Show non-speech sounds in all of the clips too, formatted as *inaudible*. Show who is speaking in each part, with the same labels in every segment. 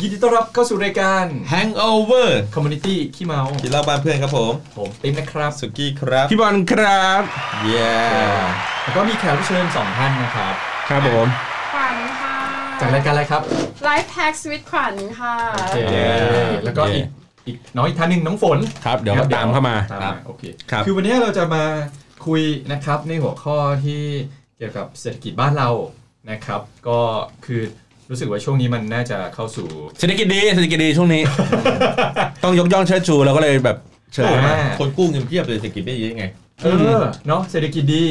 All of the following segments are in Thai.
Speaker 1: ยินดีต้อนรับเข้าสู่รายการ
Speaker 2: Hangover
Speaker 1: Community ขี้เมา
Speaker 2: กินเหล้าบ้านเพื่อนครับผม
Speaker 1: ผมติ๊มนะครับ
Speaker 2: สุกี้ครับ
Speaker 3: พี่บอลครับ
Speaker 2: เย้
Speaker 1: แล้วก็มีแขกรับเชิญสองท่านนะครับ
Speaker 3: ครับผม
Speaker 4: ขวัญค่ะ
Speaker 1: จากรายการอะไรครับ
Speaker 4: ไลฟ์แพ็กสวิตขวัญค่ะ
Speaker 1: โอเค แล้วก็อีกอีกน้อยอีกท่านหนึ่งน้องฝน
Speaker 3: ครับเดี๋ยว
Speaker 1: นะครับ
Speaker 3: ตามเข้ามา
Speaker 1: ตมโอเค
Speaker 3: ครับ
Speaker 1: คือวันนี้เราจะมาคุยนะครับในหัวข้อที่เกี่ยวกับเศรษฐกิจบ้านเรานะครับ ก็คือรู้สึกว่าช่วงนี้มันน่าจะเข้าสู่
Speaker 3: เศรษฐกิจดีเศรษฐกิจดี
Speaker 2: *laughs*
Speaker 3: ช่วงนี้ ต้องยกย่องเชิดชูเราก็เลยแบบเชิญ
Speaker 1: อ่า
Speaker 3: มา
Speaker 2: คนกู้เงินเพียบเลยเศรษฐกิจไม่ดียังไง
Speaker 1: เออเนาะเศรษฐกิจดี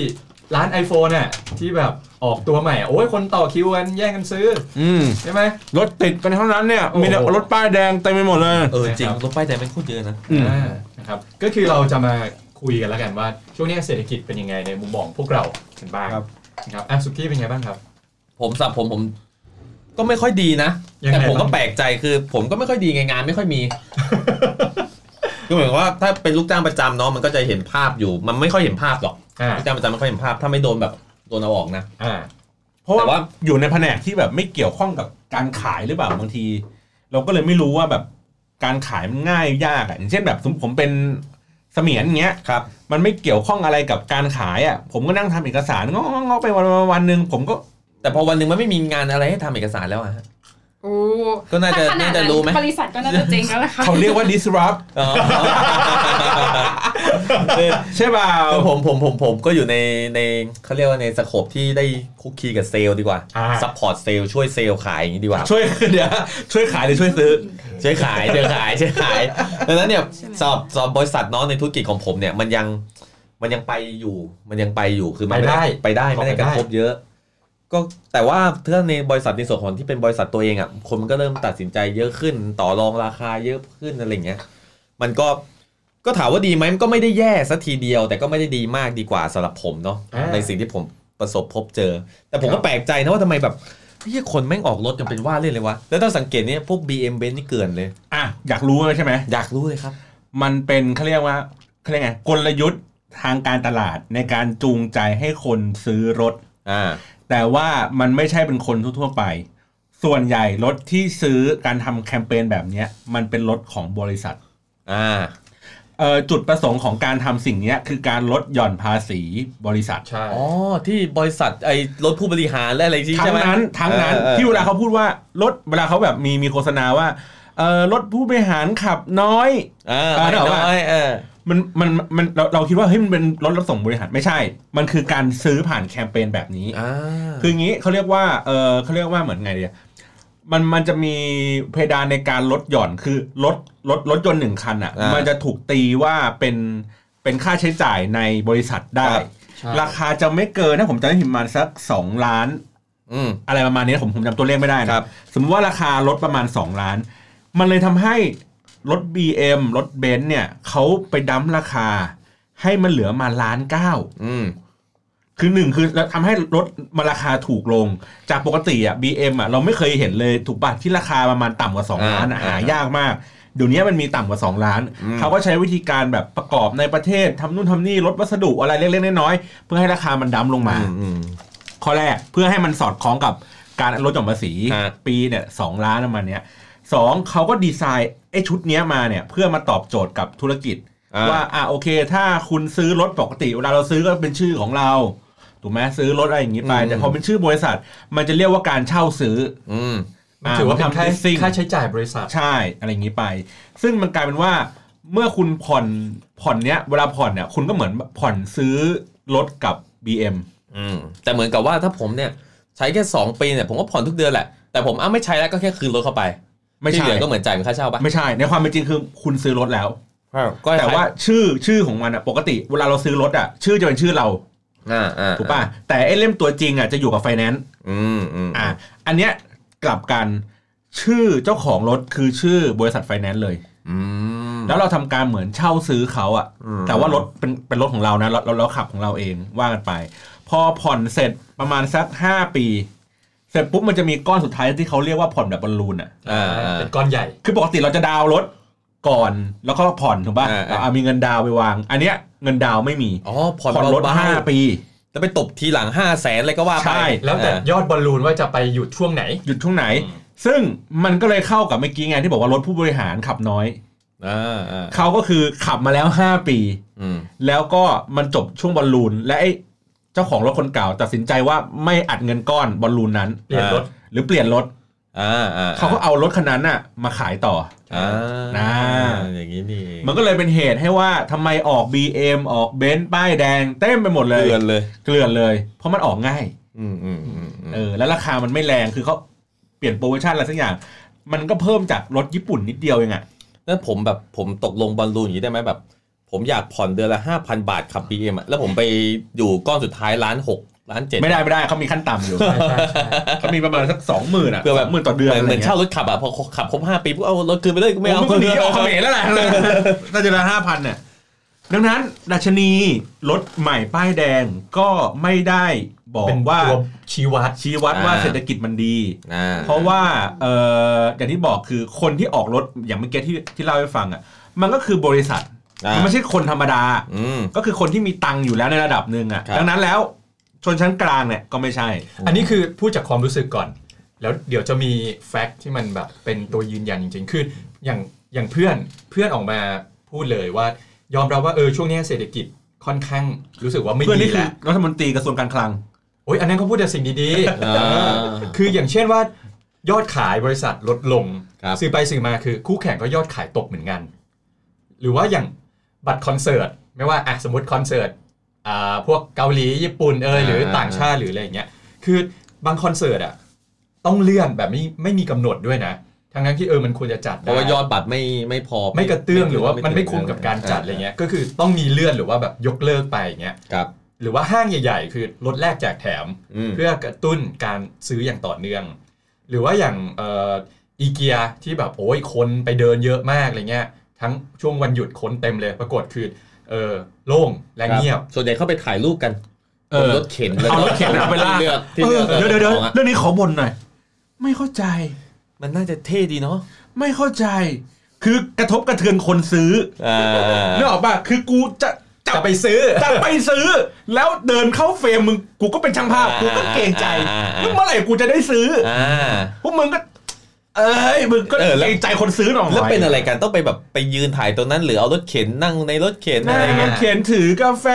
Speaker 1: ร้าน iPhone น่ะที่แบบออกตัวใหม่ โอ้ยคนต่อคิวกันแย่งกันซื้อ
Speaker 3: อืม
Speaker 1: ใช่ไหม
Speaker 3: รถติดกันเท่านั้นเนี่ย
Speaker 1: โอ้โห
Speaker 3: มีแต่รถป้ายแดงเต็มไปหมดเลย
Speaker 2: เออจริง
Speaker 1: นะครับ
Speaker 2: รถป้ายแดงมันโคตรเยอะนะ
Speaker 3: อืม
Speaker 1: อ่านะครับก็คือเราจะมาคุยกันแล้วกันว่า ช่วงนี้เศรษฐกิจเป็นยังไงในมุมมองพวกเรากันบ้าง
Speaker 2: ครับ
Speaker 1: นะครับอ่ะสุกี้เป็นไงบ้างครับ
Speaker 2: ผมสับผมผมก็ไม่ค่อยดีนะ
Speaker 1: ยังไง
Speaker 2: แต่ผมก็
Speaker 1: บ้าง
Speaker 2: แปลกใจคือ ผมก็ไม่ค่อยดีไงงานไม่ค่อยมี ก็เหมือนว่าถ้าเป็นลูกจ้างประจำเนาะมันก็จะเห็นภาพอยู่ มันไม่ค่อยเห็นภาพหรอก
Speaker 1: อ่า
Speaker 2: ลูกจ้างประจำไม่ค่อยเห็นภาพ ถ้าไม่โดนแบบโดนเอาออกนะ
Speaker 1: อ่า
Speaker 3: เพราะ
Speaker 2: แต่
Speaker 3: ว่า
Speaker 2: ว่า
Speaker 3: อยู่ในแผนกที่แบบไม่เกี่ยวข้องกับการขายหรือเปล่าบางที เราก็เลยไม่รู้ว่าแบบการขายมันง่ายยากอะอย่างเช่นแบบสมมุติผมเป็นเสมียนเงี้ย
Speaker 2: ครับ
Speaker 3: มันไม่เกี่ยวข้องอะไรกับการขายอ่ะผมก็นั่งทำเอกสารงอกๆๆไปวันๆวันหนึ่งผมก็
Speaker 2: แต่พอวันหนึ่งมันไม่มีงานอะไรให้ทำเอกสารแล้วอะฮะ
Speaker 4: โอ้
Speaker 2: ก็น่าจะ
Speaker 4: ถ้ขด
Speaker 2: น่าจะรู้ไหม
Speaker 4: บริษัทก็น่าจะเจ๊งแล้วล่ะ
Speaker 2: *laughs*
Speaker 4: ค่ะ
Speaker 3: เขาเรียกว่า disrupt
Speaker 2: อ๋อ
Speaker 3: ใช่เปล่า
Speaker 2: เอ *laughs* อผมผมผมผมก็อยู่ในในเขาเรียกว่าในสโคปที่ได้คุกคีกับเซลล์ดีกว่า
Speaker 1: อ่า
Speaker 2: ซัพพอร์ตเซลล์ช่วยเซลล์ขายอย่างนี้ดีกว่า
Speaker 3: ช่วย *laughs* เดี๋ยวช่วยขายหรือช่วยซื้อ
Speaker 2: ช่วยขายช่วยขายช่วยขายดังนั้นเนี่ย
Speaker 4: ใช่ไหม
Speaker 2: สอบสอบบริษัทเน้องในธุรกิจของผมเนี่ยมันยังมันยังไปอยู่มันยังไปอยู่คือมัน
Speaker 1: ไปได้
Speaker 2: ไปได้ไม่ได้
Speaker 1: ไป
Speaker 2: ก
Speaker 1: ได้
Speaker 2: ระทบเยอะ ก็แต่ว่าถ้าในบริษัทในส่วนของที่เป็นบริษัทตัวเองอ่ะคนมันก็เริ่มตัดสินใจเยอะขึ้น ต่อรองราคาเยอะขึ้นอะไรอย่างเงี้ยมันก็ก็ถามว่าดีไหมมันก็ไม่ได้แย่สัทีเดียว แต่ก็ไม่ได้ดีมากดีกว่าสำหรับผมเนาะ
Speaker 1: อ่า
Speaker 2: ในสิ่งที่ผมประสบพบเจอ แต่ผมก็แปลกใจนะว่าทำไมแบบเฮ้ยคนแม่งออกรถกันเป็นว่าเล่นเลยวะแล้วถ้าสังเกตเนี่ยพวก BM Benz นี่เกลือนเลย
Speaker 3: อ่ะ อยากรู้ใช่ไหม
Speaker 2: อยากรู้เลยครับ
Speaker 3: มันเป็นเขาเรียกว่าเขาเรียกไงกลยุทธ์ทางการตลาดในการจูงใจให้คนซื้อรถ
Speaker 2: อ่า
Speaker 3: แต่ว่ามันไม่ใช่เป็นคนทั่วๆไป ส่วนใหญ่รถที่ซื้อการทำแคมเปญแบบเนี้ยมันเป็นรถของบริษัท
Speaker 2: อ่า
Speaker 3: เอ่อจุดประสงค์ของการทำสิ่งเนี้ยคือการลดหย่อนภาษีบริษัท
Speaker 1: ใช่
Speaker 2: อ๋อ ที่บริษัทไอ้รถผู้บริหารและอะไรที่
Speaker 3: ทั้
Speaker 2: ใช่
Speaker 3: ง
Speaker 2: ไหม
Speaker 3: นั้นทั้งนั้น
Speaker 2: ออออ
Speaker 3: ที่เวลาเขาพูดว่ารถเวลาเขาแบบมีมีโฆษณาว่าเอ่อรถผู้บริหารขับน้อย
Speaker 2: อ่า
Speaker 3: เออ
Speaker 2: ไม่
Speaker 3: เดี๋ยวว่า
Speaker 2: น้อยเออ
Speaker 3: มันมันมันเราเราคิดว่าเฮ้ยมันเป็นรถรับส่งบริหารไม่ใช่ มันคือการซื้อผ่านแคมเปญแบบนี้
Speaker 2: อ่า
Speaker 3: คืออย่างนี้เขาเรียกว่าเออเขาเรียกว่าเหมือนไงดีมันมันจะมีเพดานในการลดหย่อนคือรถรถรถยนต์หนึ่งคันอ่ะ
Speaker 2: อ่ามั
Speaker 3: มันจะถูกตีว่าเป็นเป็นค่าใช้จ่ายในบริษัทได้
Speaker 2: ครับ
Speaker 1: ใช่
Speaker 3: ราคาจะไม่เกินถ้าผมจำไม่ผิดประมาณสักสองล้าน
Speaker 2: อืม
Speaker 3: อะไรประมาณนี้ผมผมจำตัวเลขไม่ได้
Speaker 2: ค
Speaker 3: นะ
Speaker 2: รับ
Speaker 3: สมมติว่าราคาลดประมาณ 2 ล้าน มันเลยทำให้รถ BM รถเบนซ์เนี่ยเขาไปดั้มราคา ให้มันเหลือมาล้านเก้า
Speaker 2: อืม
Speaker 3: คือหนึ่งคือทำให้รถมาราคาถูกลง จากปกติอ่ะ BM อ่ะเราไม่เคยเห็นเลยถูกปะที่ราคาประมาณต่ำกว่า 2 ล้านอะ
Speaker 2: อ่า
Speaker 3: หายากมาก เดี๋ยวนี้มันมีต่ำกว่า 2 ล้าน
Speaker 2: อืม
Speaker 3: เขาก็ใช้วิธีการแบบประกอบในประเทศทำนู่นทำนี่ลดวัสดุอะไรเล็กๆน้อยๆเพื่อให้ราคามันดั้มลงมา
Speaker 2: อืมอืม
Speaker 3: ข้อแรกเพื่อให้มันสอดคล้องกับการลดหย่อนภาษี
Speaker 2: ฮะ
Speaker 3: ปีเนี่ยสองล้านประมาณเนี้ยสองเขาก็ดีไซน์ไอ้ชุดเนี้ยมาเนี่ยเพื่อมาตอบโจทย์กับธุรกิจ
Speaker 2: อ่
Speaker 3: ว่าอ่ะโอเค ถ้าคุณซื้อรถปกติเวลาเราซื้อก็เป็นชื่อของเราถูกไหมซื้อรถอะไรอย่างงี้ไปแต่พอเป็นชื่อบริษัท มันจะเรียกว่าการเช่าซื้อ
Speaker 2: อืม
Speaker 1: มันถือว่าเป็นค่า
Speaker 3: อ่าผมทำ leasing
Speaker 1: ค่าใช้จ่ายบริษัท
Speaker 3: ใช่อะไรอย่างนี้ไป ซึ่งมันกลายเป็นว่าเมื่อคุณผ่อนผ่อนเนี้ยเวลาผ่อนเนี่ยคุณก็เหมือนผ่อนซื้อรถกับ BM
Speaker 2: อืม แต่เหมือนกับว่าถ้าผมเนี่ย ใช้แค่สองปีเนี่ย ผมก็ผ่อนทุกเดือนแหละ แต่ผมอ้าวไม่ใช้แล้วก็แค่คืนรถเข้าไป
Speaker 3: ไม่
Speaker 2: ที่
Speaker 3: ใช่
Speaker 2: เหลือก็เหมือนจ่ายเป็นค่าเช่าปะ
Speaker 3: ไม่ใช่ในความเป็นจริงคือคุณซื้อรถแล้ว
Speaker 2: ก็คล้ยๆ
Speaker 3: แต่ว่าชื่อชื่อของมันอะปกติเวลาเราซื้อรถอะชื่อจะเป็นชื่อเรา
Speaker 2: อ่าอ่า
Speaker 3: ถูกป่ะแต่ไอ้เล่มตัวจริงอะจะอยู่กับไฟแนนซ์
Speaker 2: อืมอืม
Speaker 3: อ่ะอันเนี้ยกลับกันชื่อเจ้าของรถคือชื่อบริษัทไฟแนนซ์เลย
Speaker 2: อืม
Speaker 3: แล้วเราทำการเหมือนเช่าซื้อเขาอะ
Speaker 2: อืม
Speaker 3: แต่ว่ารถเป็นเป็นรถของเรานะเราเราเราขับของเราเองว่ากันไป พอผ่อนเสร็จประมาณสัก 5 ปี เสร็จปุ๊บมันจะมีก้อนสุดท้ายที่เขาเรียกว่าผ่อนแบบบอลลูนอะ
Speaker 2: อ่าอ่า
Speaker 1: เป็นก้อนใหญ่
Speaker 3: คือปกติเราจะดาวน์รถก่อนแล้วก็ผ่อนถูกป่ะ
Speaker 2: อ่าๆ
Speaker 3: เราเอามีเงินดาวน์ไปวาง อันเนี้ยเงินดาวน์ไม่มี
Speaker 2: อ๋อผ่อน
Speaker 3: รถ
Speaker 2: เบา
Speaker 3: ห้า
Speaker 2: ๆ
Speaker 3: ปี
Speaker 2: แล้วไปตบทีหลังห้าแสนอะไรก็ว่าไป
Speaker 3: ใช่
Speaker 1: แล้วแต่
Speaker 2: อ่า
Speaker 1: ยอดบอลลูนว่าจะไปหยุดช่วงไหน
Speaker 3: หยุดช่วงไหน
Speaker 1: อืม
Speaker 3: ซึ่งมันก็เลยเข้ากับเมื่อกี้ไงที่บอกว่ารถผู้บริหารขับน้อย
Speaker 2: อ่าอ่า
Speaker 3: เขาก็คือขับมาแล้ว 5 ปี
Speaker 2: อืม
Speaker 3: แล้วก็มันจบช่วงบอลลูน และไอ้เจ้าของรถคนเก่าตัดสินใจว่าไม่อัดเงินก้อนบอลลูนนั้น
Speaker 1: เปลี่ยนรถ
Speaker 3: หรือเปลี่ยนรถ
Speaker 2: อ่าอ่า
Speaker 3: เขาก็เอารถคันนั้นน่ะมาขายต่อ
Speaker 2: อ่า
Speaker 3: อ่า
Speaker 2: อย่างนี้นี่เอง
Speaker 3: มันก็เลยเป็นเหตุให้ว่าทำไมออก BM ออกเบนซ์ป้ายแดง เต็มไปหมดเลย
Speaker 2: เตือนเลย
Speaker 3: เกลือนเลย เพราะมันออกง่าย
Speaker 2: อืมอืมอืมอืม
Speaker 3: เออแล้วราคามันไม่แรงคือเขาเปลี่ยนโปรโมชั่นอะไรสักอย่าง มันก็เพิ่มจากรถญี่ปุ่นนิดเดียวเองอะ
Speaker 2: แล้วผมแบบผมตกลงบอลลูนอย่างนี้ได้ไหมแบบ ผมอยากผ่อนเดือนละห้าพันบาทขับบีเอ็มแล้วผมไปอยู่ก้อนสุดท้ายล้านหกล้านเจ็ด
Speaker 3: ไม่ได้ไม่ได้เขามีขั้น
Speaker 2: *laughs*
Speaker 3: ต่ำอยู่
Speaker 1: ใช่ใช่ใช่
Speaker 3: เขามีประมาณสักสองหมื่นอะ
Speaker 2: เพื่อแบบ
Speaker 3: หมื่นต่อเดือนอะ
Speaker 2: เหมือน
Speaker 3: ไรงี้ย
Speaker 2: เช่ารถขับอ่ะพอขับครบห้าปีปุ๊บเอารถคืนไปเลยกูไม่เอา
Speaker 3: โโหนหนีออกเขมรแล้วแหละน่าจะละห้าพันเนี่ยดังนั้น ดัชนีรถใหม่ป้ายแดงก็ไม่ได้บอก
Speaker 1: เป็นว่า
Speaker 3: ว่า
Speaker 1: ชี้วัด
Speaker 3: ชี้วัดว่าเศรษฐกิจมันดี
Speaker 2: อ่
Speaker 3: เพราะว่าเอ่ออย่างที่บอกคือคนที่ออกรถอย่างเมื่อกี้ที่ที่เล่าให้ฟังอ่ะมันก็คือบริษัท
Speaker 2: อ่า
Speaker 3: มันไม่ใช่คนธรรมดา
Speaker 2: อืม
Speaker 3: ก็คือคนที่มีตังค์อยู่แล้วในระดับหนึ่งอ่ะ
Speaker 2: ครับ
Speaker 3: ดังนั้นแล้วชนชั้นกลางเนี่ยก็ไม่ใช่
Speaker 1: อันนี้คือพูดจากความรู้สึกก่อน แล้วเดี๋ยวจะมีแฟกต์ที่มันแบบเป็นตัวยืนยันจริงๆ คืออย่างอย่างเพื่อนเพื่อนออกมาพูดเลยว่ายอมรับว่าเออช่วงเนี้ยเศรษฐกิจค่อนข้างรู้สึกว่าไม่
Speaker 3: เพื่อน
Speaker 1: ดี
Speaker 3: นี่คือ
Speaker 1: แล้ว
Speaker 3: รัฐมนตรีกระทรวงการคลัง
Speaker 1: โอ้ยอันนั้นเขาพูดแต่สิ่งดีๆ
Speaker 2: อ่า
Speaker 1: เออคืออย่างเช่นว่ายอดขายบริษัทลดลง
Speaker 2: ครับ
Speaker 1: ซื้อไปซื้อมาคือคู่แข่งก็ยอดขายตกเหมือนกัน หรือว่าอย่างบัตรคอนเสิร์ตไม่ว่าอ่ะสมมติคอนเสิร์ตอ่าพวกเกาหลีญี่ปุ่นเอยหรือต่างชาติหรืออะไรอย่างเงี้ยคือบางคอนเสิร์ตอ่ะต้องเลื่อนแบบไม่ไม่มีกำหนดด้วยนะทั้งนั้นที่เออมันควรจะจัด
Speaker 2: เพราะว่าย
Speaker 1: ได้
Speaker 2: อดบัตรไม่ไม่พอ
Speaker 1: ไม่กระเตื้องหรือว่ามันไม่
Speaker 2: ถึง
Speaker 1: คุ้มกับการจัดอะไรเงี้ยก็คือต้องมีเลื่อนหรือว่าแบบยกเลิกไปอย่างเงี้ย
Speaker 2: ครับ
Speaker 1: หรือว่าห้างใหญ่ ๆ คือลดแลกแจกแถม
Speaker 2: อืม
Speaker 1: เพื่อกระตุ้นการซื้ออย่างต่อเนื่อง หรือว่าอย่างเอ่อีเกียที่แบบโอ้ยคนไปเดินเยอะมากอะไรเงี้ย ทั้งช่วงวันหยุดคนเต็มเลย ปรากฏคือเออโล่งและเงียบ
Speaker 2: ส่วนใหญ่เข้าไปถ่ายรูปกัน
Speaker 3: เออ
Speaker 2: บนรถเข็นแล้ว
Speaker 3: เอารถเข็นเอาไปลาก
Speaker 2: ที่เลือก
Speaker 3: เอ
Speaker 2: ที่
Speaker 3: อ
Speaker 2: เลือก
Speaker 3: เดี๋ยวเดี๋ยวเดี๋ยว
Speaker 2: ของอะ
Speaker 3: เรื่องนี้ขอบ่นหน่อย ไม่เข้าใจ
Speaker 2: มันน่าจะเท่ดีเนาะ
Speaker 3: ไม่เข้าใจ คือกระทบกระเทือนคนซื้อ
Speaker 2: อ่า
Speaker 3: เนื้อออกป่ะคือกูจะจับ
Speaker 1: จะไปซื้อ
Speaker 3: จะไปซื้อ แล้วเดินเข้าเฟรมมึงกูก็เป็นช่างภาพกูก็เกรงใจมึงเมื่อไหร่กูจะได้ซื้อ
Speaker 2: อ่า
Speaker 3: พวกมึงก็ เอ้ยมึงก็
Speaker 2: เออแล้ว
Speaker 3: เกรงใจคนซื้อหน่อย
Speaker 2: แล้วเป็นอะไรกันต้องไปแบบไปยืนถ่ายตรงนั้นหรือเอารถเข็นนั่งในรถเข็น
Speaker 3: นั่
Speaker 2: อะไร
Speaker 3: ง
Speaker 2: เงี้ย
Speaker 3: เขียนถือกาแฟ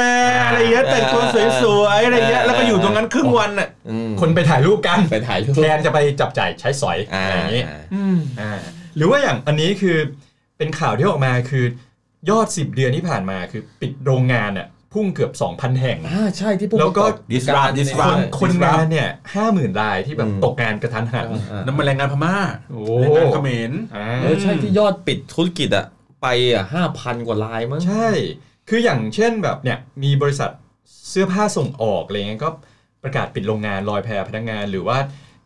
Speaker 3: อะไรเงี้ยแต่งตัวสวยๆอะไรเงี้ยแล้วก็อยู่ตรงนั้นครึ่งวันอ่ะ
Speaker 2: อืม
Speaker 1: คนไปถ่ายรูปกัน
Speaker 2: ไปถ่ายรูป
Speaker 1: แทนจะไปจับจ่ายใช้สอย
Speaker 2: อ่า
Speaker 1: อะไรอย่างนี้
Speaker 3: อืม
Speaker 1: อ่าหรือว่าอย่างอันนี้คือเป็นข่าวที่ออกมาคือยอด 10 เดือนที่ผ่านมาคือปิดโรงงานอ่ะพุ่งเกือบ 2,000 แห่ง
Speaker 2: อ่าใช่ที่พู
Speaker 1: แล้วก็
Speaker 3: ดิสราดิส
Speaker 1: ค
Speaker 3: ราน
Speaker 1: คนงานเนี่ยห้าหมื่นรายที่แบบตกงานกระทันหัน
Speaker 3: น้ำมันแรงงานพม่า
Speaker 1: โอ้
Speaker 3: แรงงานเขมร
Speaker 1: อ่า
Speaker 2: เออใช่ที่ยอดปิดธุรกิจอะไปอะห้าพันกว่าลายมั้ง
Speaker 1: ใช่ คืออย่างเช่นแบบเนี่ยมีบริษัทเสื้อผ้าส่งออกอะไรเงี้ยก็ประกาศปิดโรงงานลอยแพพนักงานหรือว่า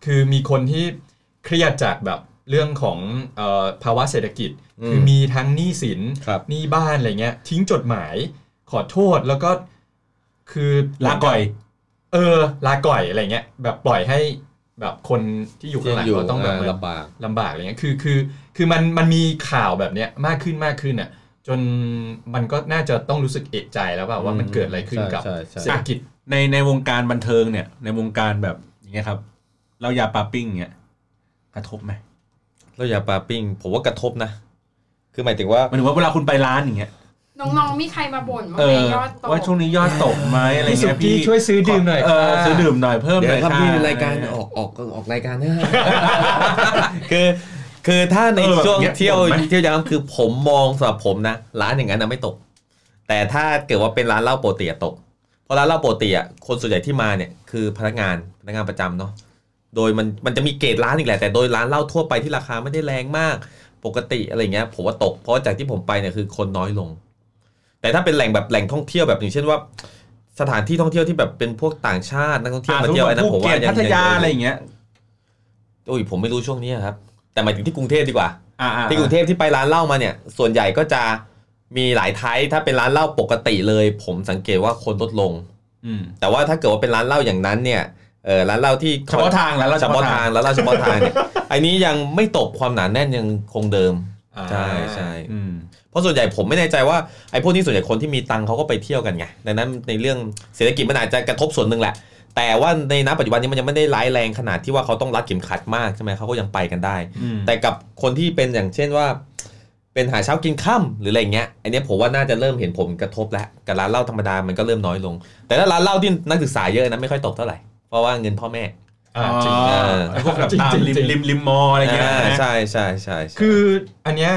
Speaker 1: คือมีคนที่เครียดจากแบบเรื่องของเออภาวะเศรษฐกิจ
Speaker 2: อืม
Speaker 1: คือมีทั้งหนี้สิน
Speaker 2: ครับ
Speaker 1: หนี้บ้านอะไรเงี้ยทิ้งจดหมายขอโทษแล้วก็คือ
Speaker 3: ลาก่อย
Speaker 1: เออลาก่อยอะไรเงี้ยแบบปล่อยให้แบบคนที่อยู่
Speaker 2: ยั
Speaker 1: ข้าง
Speaker 2: ง
Speaker 1: หลัง
Speaker 2: อยู่
Speaker 1: เขาต้องแบบเหมือน
Speaker 2: ลำบาก
Speaker 1: ลำบากอะไรเงี้ย คือ คือ คือ มัน มันมีข่าวแบบเนี้ยมากขึ้น มากขึ้นอ่ะ จนมันก็น่าจะต้องรู้สึกเอะใจแล้วว่าว่ามันเกิดอะไรขึ้นกับ
Speaker 2: ใช่ใช่ใช่
Speaker 1: เศรษฐกิจ
Speaker 3: ในในวงการบันเทิงเนี่ย ในวงการแบบอย่างเงี้ยครับเรายาปาปิ้งเงี้ยกระทบไหม
Speaker 2: แล้วยาปาปิ้งผมว่ากระทบนะ คือหมายถึงว่า
Speaker 3: หมายถึงว่าเวลาคุณไปร้านอย่างเงี้ย
Speaker 4: น้องๆ มีใครมาบ่นบ้าง
Speaker 3: เอ
Speaker 4: ไหม
Speaker 3: อย
Speaker 4: อดตก
Speaker 3: ว่าช่วงนี้ยอดตกไหมอะไร
Speaker 1: พี่สุ
Speaker 3: เงี้ย
Speaker 1: กี้
Speaker 3: พี่
Speaker 1: ช่วยซื้อดื่มหน่อย
Speaker 3: เออ
Speaker 1: ค่ะ
Speaker 3: ซื้อดื่มหน่อยเพิ่ม
Speaker 2: เดี๋
Speaker 3: ห
Speaker 2: ย
Speaker 3: น่
Speaker 2: ว
Speaker 3: อย
Speaker 2: ครับ
Speaker 3: ค่ะ
Speaker 2: พี่รายการออกออกออกรายการนะ *laughs* คือคือถ้าในช่วงเที่ยวเที่ยวยามคือผมมองสำหรับผมนะ ร้านอย่างนั้นนะไม่ตก แต่ถ้าเกิดว่าเป็นร้านเหล้าปกติอะตก เพราะร้านเหล้าปกติอะคนส่วนใหญ่ที่มาเนี่ยคือพนักงานพนักงานประจำเนาะโดยมันมันจะมีเกรดร้านอีกแหละแต่โดยร้านเหล้าทั่วไปที่ราคาไม่ได้แรงมาก ปกติอะไรเงี้ยผมว่าตกเพราะจากที่ผมไปเนี่ยคือคนน้อยลง แต่ถ้าเป็นแหล่งแบบแหล่งท่องเที่ยวแบบอย่างเช่นว่า สถานที่ท่องเที่ยวที่แบบเป็นพวกต่างชาตินักท่องเที่ยว
Speaker 3: อ่า
Speaker 2: มา
Speaker 3: สมม
Speaker 2: เที่ย
Speaker 3: ติ
Speaker 2: วอันนั้น
Speaker 3: ภู
Speaker 2: ผม
Speaker 3: เก็
Speaker 2: ว่า
Speaker 3: ต
Speaker 2: ยัง
Speaker 3: พัทยา
Speaker 2: ยัง
Speaker 3: อะไรอย่างเงี้ย
Speaker 2: โอ้ยผมไม่รู้ช่วงนี้ครับ แต่หมายถึงที่กรุงเทพดีกว่า
Speaker 3: อ่าๆ
Speaker 2: ที่กรุงเทพที่ไปร้านเหล้ามาเนี่ย ส่วนใหญ่ก็จะมีหลายไทยถ้าเป็นร้านเหล้าปกติเลย ผมสังเกตว่าคนลดลง
Speaker 3: อืม
Speaker 2: แต่ว่าถ้าเกิดว่าเป็นร้านเหล้าอย่างนั้นเนี่ยเออร้านเหล้าที่
Speaker 3: เฉพาะทางแล้วเรา
Speaker 2: เฉ
Speaker 3: เฉพาะ
Speaker 2: พาะ
Speaker 3: ทาง
Speaker 2: ทางแล้วเหล้าเฉพาะทางเนี่ย *laughs* ไอ้นี้ยังไม่ตกความหนาแน่นยังคงเดิม
Speaker 1: อ่า
Speaker 2: ใช่ใช่
Speaker 3: อืม
Speaker 2: เพราะส่วนใหญ่ผมไม่แน่ใจว่าไอ้พวกนี้ส่วนใหญ่คนที่มีตังค์เขาก็ไปเที่ยวกันไงดังนั้นในเรื่องเศรษฐกิจมันอาจจะกระทบส่วนหนึ่งแหละ แต่ว่าในณปัจจุบันนี้มันยังไม่ได้ร้ายแรงขนาดที่ว่าเขาต้องรัดเข็มขัดมากใช่ไหมเขาก็ยังไปกันได้
Speaker 3: อืม
Speaker 2: แต่กับคนที่เป็นอย่างเช่นว่า เป็นหาเช้ากินค่ำหรืออะไรเงี้ยอันเนี้ยผมว่าน่าจะเริ่มเห็นผลกระทบแล้วกับร้านเหล้าธรรมดามันก็เริ่มน้อยลง แต่ถ้าร้านเหล้าที่นักศึกษาเยอะนะไม่ค่อยตกเท่าไหร่เพราะว่าเงินพ่อแม่
Speaker 1: อ่าจริง
Speaker 3: อ๋อไอ้พวกแบบตาม
Speaker 1: จริงๆ
Speaker 3: ริม
Speaker 1: จริง
Speaker 3: ริมริมมออะไรเงี้ย
Speaker 2: อ่า
Speaker 3: นะ
Speaker 2: ใช่ใช่ใช่ใช่
Speaker 1: คืออันเนี้ย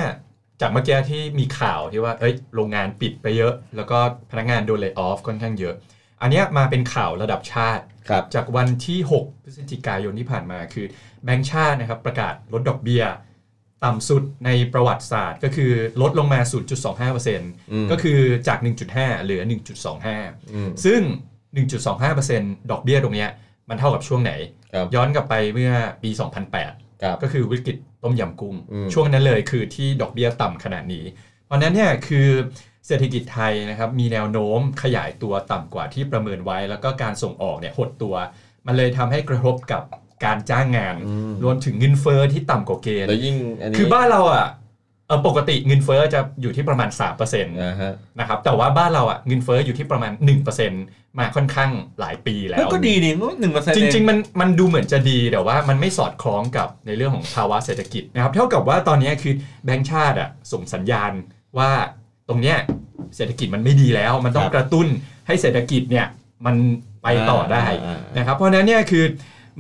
Speaker 1: จากเมื่อกี้ที่มีข่าวที่ว่าเอ้ยโรงงานปิดไปเยอะ แล้วก็พนักงานโดนเล y o ออฟค่อนข้างเยอะ อันเนี้ยมาเป็นข่าวระดับชาติ
Speaker 2: ครับ
Speaker 1: จากวันที่ 6 พฤศจิกายนที่ผ่านมาคือแบงก์ชาตินะครับประกาศลดดอกเบี้ย ต่ำสุดในประวัติศาสตร์ ก็คือลดลงมา
Speaker 2: ม
Speaker 1: 0.25%ก็คือจาก 1.5 เหลือ 1.25
Speaker 2: อืม
Speaker 1: ซึ่ง 1.25%ดอกเบี้ยตรงเนี้ยมันเท่ากับช่วงไหน
Speaker 2: ครับ
Speaker 1: ย้อนกลับไปเมื่อปี 2008
Speaker 2: ครับ
Speaker 1: ก็คือวิกฤตต้มยำกุ้ง
Speaker 2: อืม
Speaker 1: ช่วงนั้นเลยคือที่ดอกเบี้ยต่ำขนาดนี้ เพราะฉะนั้นเนี่ยคือเศรษฐกิจไทยนะครับมีแนวโน้มขยายตัวต่ำกว่าที่ประเมินไว้ แล้วก็การส่งออกเนี่ยหดตัว มันเลยทำให้กระทบกับการจ้างงาน รวมถึงเงินเฟอ้อที่ต่ำกว่าเกณฑ์
Speaker 2: แล้วยิ่งอันนี้
Speaker 1: คือบ้านเราอ่ะเอ่อปกติเงินเฟอ้อจะอยู่ที่ประมาณ 3%น
Speaker 2: นะฮะ
Speaker 1: นะครับแต่ว่าบ้านเราอ่ะเงินเฟอ้ออยู่ที่ประมาณ 1%มาค่อนข้างหลายปีแล้
Speaker 3: เฮ้ยว ก็ดีดีหนึ่งเปอร์เซ็นต์
Speaker 1: จริงๆมันมันดูเหมือนจะดีแต่ว่ามันไม่สอดคล้องกับในเรื่องของภาวะเศรษฐกิจนะครับเท่ากับว่าตอนนี้คือแบงก์ชาติอะส่งสัญญาณว่าตรงเนี้ยเศรษฐกิจมันไม่ดีแล้ว มันต้องกระตุ้นให้เศรษฐกิจเนี่ยมันไปต่อได้
Speaker 2: าอ่า
Speaker 1: นะครับเพราะฉะนั้นเนี่ยคือ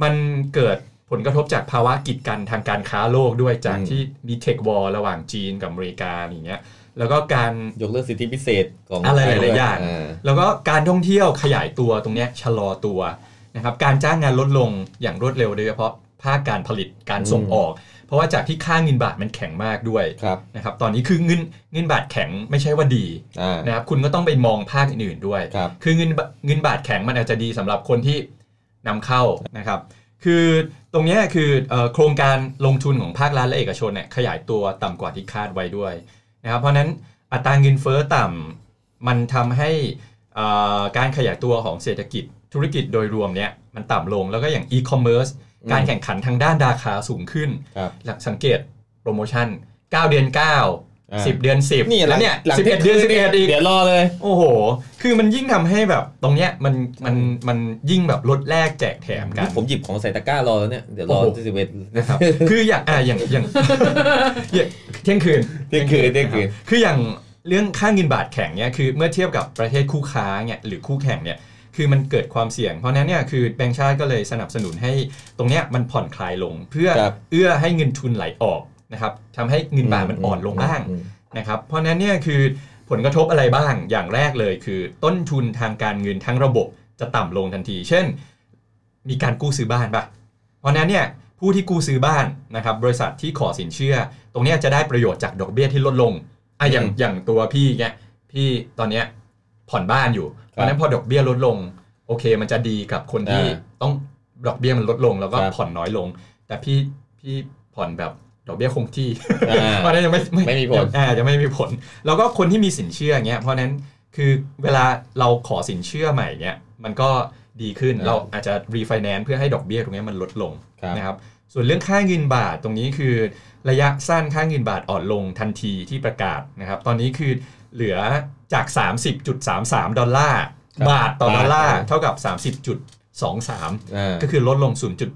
Speaker 1: มันเกิดผลกระทบจากภาวะกีดกันทางการค้าโลกด้วยจากที่มีเทควอลระหว่างจีนกับอเมริกาอย่างเงี้ยแล้วก็การ
Speaker 2: ยกเลิกสิทธิพิเศษของ
Speaker 1: อะไรห
Speaker 2: ไทด้ว
Speaker 1: ลายๆอย่าง แล้วก็การท่องเที่ยวขยายตัวตรงเนี้ยชะลอตัวนะครับการจ้างงานลดลงอย่างรวดเร็วโดยเฉพาะภาคการผลิตการส่งออก เพราะว่าจากที่ค่าเงินบาทมันแข็งมากด้วย
Speaker 2: ครับ
Speaker 1: นะครับตอนนี้คือเงินเงินบาทแข็งไม่ใช่ว่าดี
Speaker 2: อ่า
Speaker 1: นะครับคุณก็ต้องไปมองภาคอื่นๆด้วย
Speaker 2: ครับ
Speaker 1: คือเงินบาเงินบาทแข็งมันอาจจะดีสำหรับคนที่นำเข้านะครับ คือตรงเนี้ยคือเอ่อโครงการลงทุนของภาครัฐและเอกชนเนี่ยขยายตัวต่ำกว่าที่คาดไว้ด้วยนะครับ เพราะฉะนั้นอัตราเงินเฟ้อต่ำมันทำให้เอ่อการขยายตัวของเศรษฐกิจธุรกิจโดยรวมเนี่ยมันต่ำลงแล้วก็อย่างอีคอมเมิร์ซ
Speaker 2: อืม
Speaker 1: การแข่งขันทางด้านราคาสูงขึ้น
Speaker 2: ครับ
Speaker 1: สังเกตโปรโมชั่น 9 เดือน 9
Speaker 2: อ่า
Speaker 1: 10 เดือน 10
Speaker 2: นี่หลั
Speaker 1: แล้ว
Speaker 2: ง
Speaker 1: เนี่ย
Speaker 2: หลัง
Speaker 1: 11 เดือน 11อีก
Speaker 2: เดี๋ยวรอเลย
Speaker 1: โอ้โห คือมันยิ่งทำให้แบบตรงเนี้ยมันมันมันยิ่งแบบลดแลกแจกแถมกัน
Speaker 2: ผมหยิบของใส่ตะกร้ารอแล้วเนี่ย เดี๋ยวรอ
Speaker 1: โอ้โห
Speaker 2: ที่สิบเอ็ด
Speaker 1: นะครับ คืออย่างอ่าอย่างอย่าง *laughs* อย่างเที่ยงคืน
Speaker 2: เที่ยงคืนเที่ยงคืน
Speaker 1: ะรับคืออย่างเรื่องค่าเงินบาทแข็งเนี่ยคือเมื่อเทียบกับประเทศคู่ค้าเนี่ยหรือคู่แข่งเนี่ยคือมันเกิดความเสี่ยง เพราะฉะนั้นเนี่ยคือแบงก์ชาติก็เลยสนับสนุนให้ตรงเนี้ยมันผ่อนคลายลง เพื่อ
Speaker 2: ครับ
Speaker 1: เอื้อให้เงินทุนไหลออกนะครับทำให้เงินบาทมันอ่อนลงบ้าง
Speaker 2: อืม
Speaker 1: นะครับเพราะฉะนั้นเนี่ยคือผลกระทบอะไรบ้างอย่างแรกเลยคือ ต้นทุนทางการเงินทั้งระบบจะต่ำลงทันที เช่น มีการกู้ซื้อบ้านปะเพราะฉะนั้นเนี่ยผู้ที่กู้ซื้อบ้านนะครับบริษัทที่ขอสินเชื่อ ตรงเนี้ยจะได้ประโยชน์จากดอกเบี้ยที่ลดลงอ่ะอย่าง
Speaker 2: อืม
Speaker 1: อย่างตัวพี่เนี่ยพี่ตอนเนี้ยผ่อนบ้านอยู่เพราะฉะนั้นพอดอกเบี้ยลดลงโอเค มันจะดีกับคนที่
Speaker 2: อ่า
Speaker 1: ต้องดอกเบี้ยมันลดลงแล้วก็
Speaker 2: ครับ
Speaker 1: ผ่อนน้อยลง แต่พี่พี่ผ่อนแบบดอกเบี้ยคงที่
Speaker 2: อ่า
Speaker 1: เพราะฉะนั้นยังไม่
Speaker 2: ไม่มีผล
Speaker 1: อ่าจะไม่มีผล แล้วก็คนที่มีสินเชื่ออย่างเงี้ยเพราะฉะนั้นคือเวลาเราขอสินเชื่อใหม่เงี้ยมันก็ดีขึ้นเราอาจจะรีไฟแนนซ์เพื่อให้ดอกเบี้ยตรงเนี้ยมันลดลง
Speaker 2: ครับ
Speaker 1: นะครับส่วนเรื่องค่าเงินบาทตรงนี้คือระยะสั้นค่าเงินบาทอ่อนลงทันทีที่ประกาศนะครับตอนนี้คือเหลือจาก 30.33 ดอลลาร์
Speaker 2: ครับ
Speaker 1: บาทต่อบ
Speaker 2: าท
Speaker 1: ดอลลาร์เท่ากับ 30.23
Speaker 2: อ่า
Speaker 1: ก็คือลดลง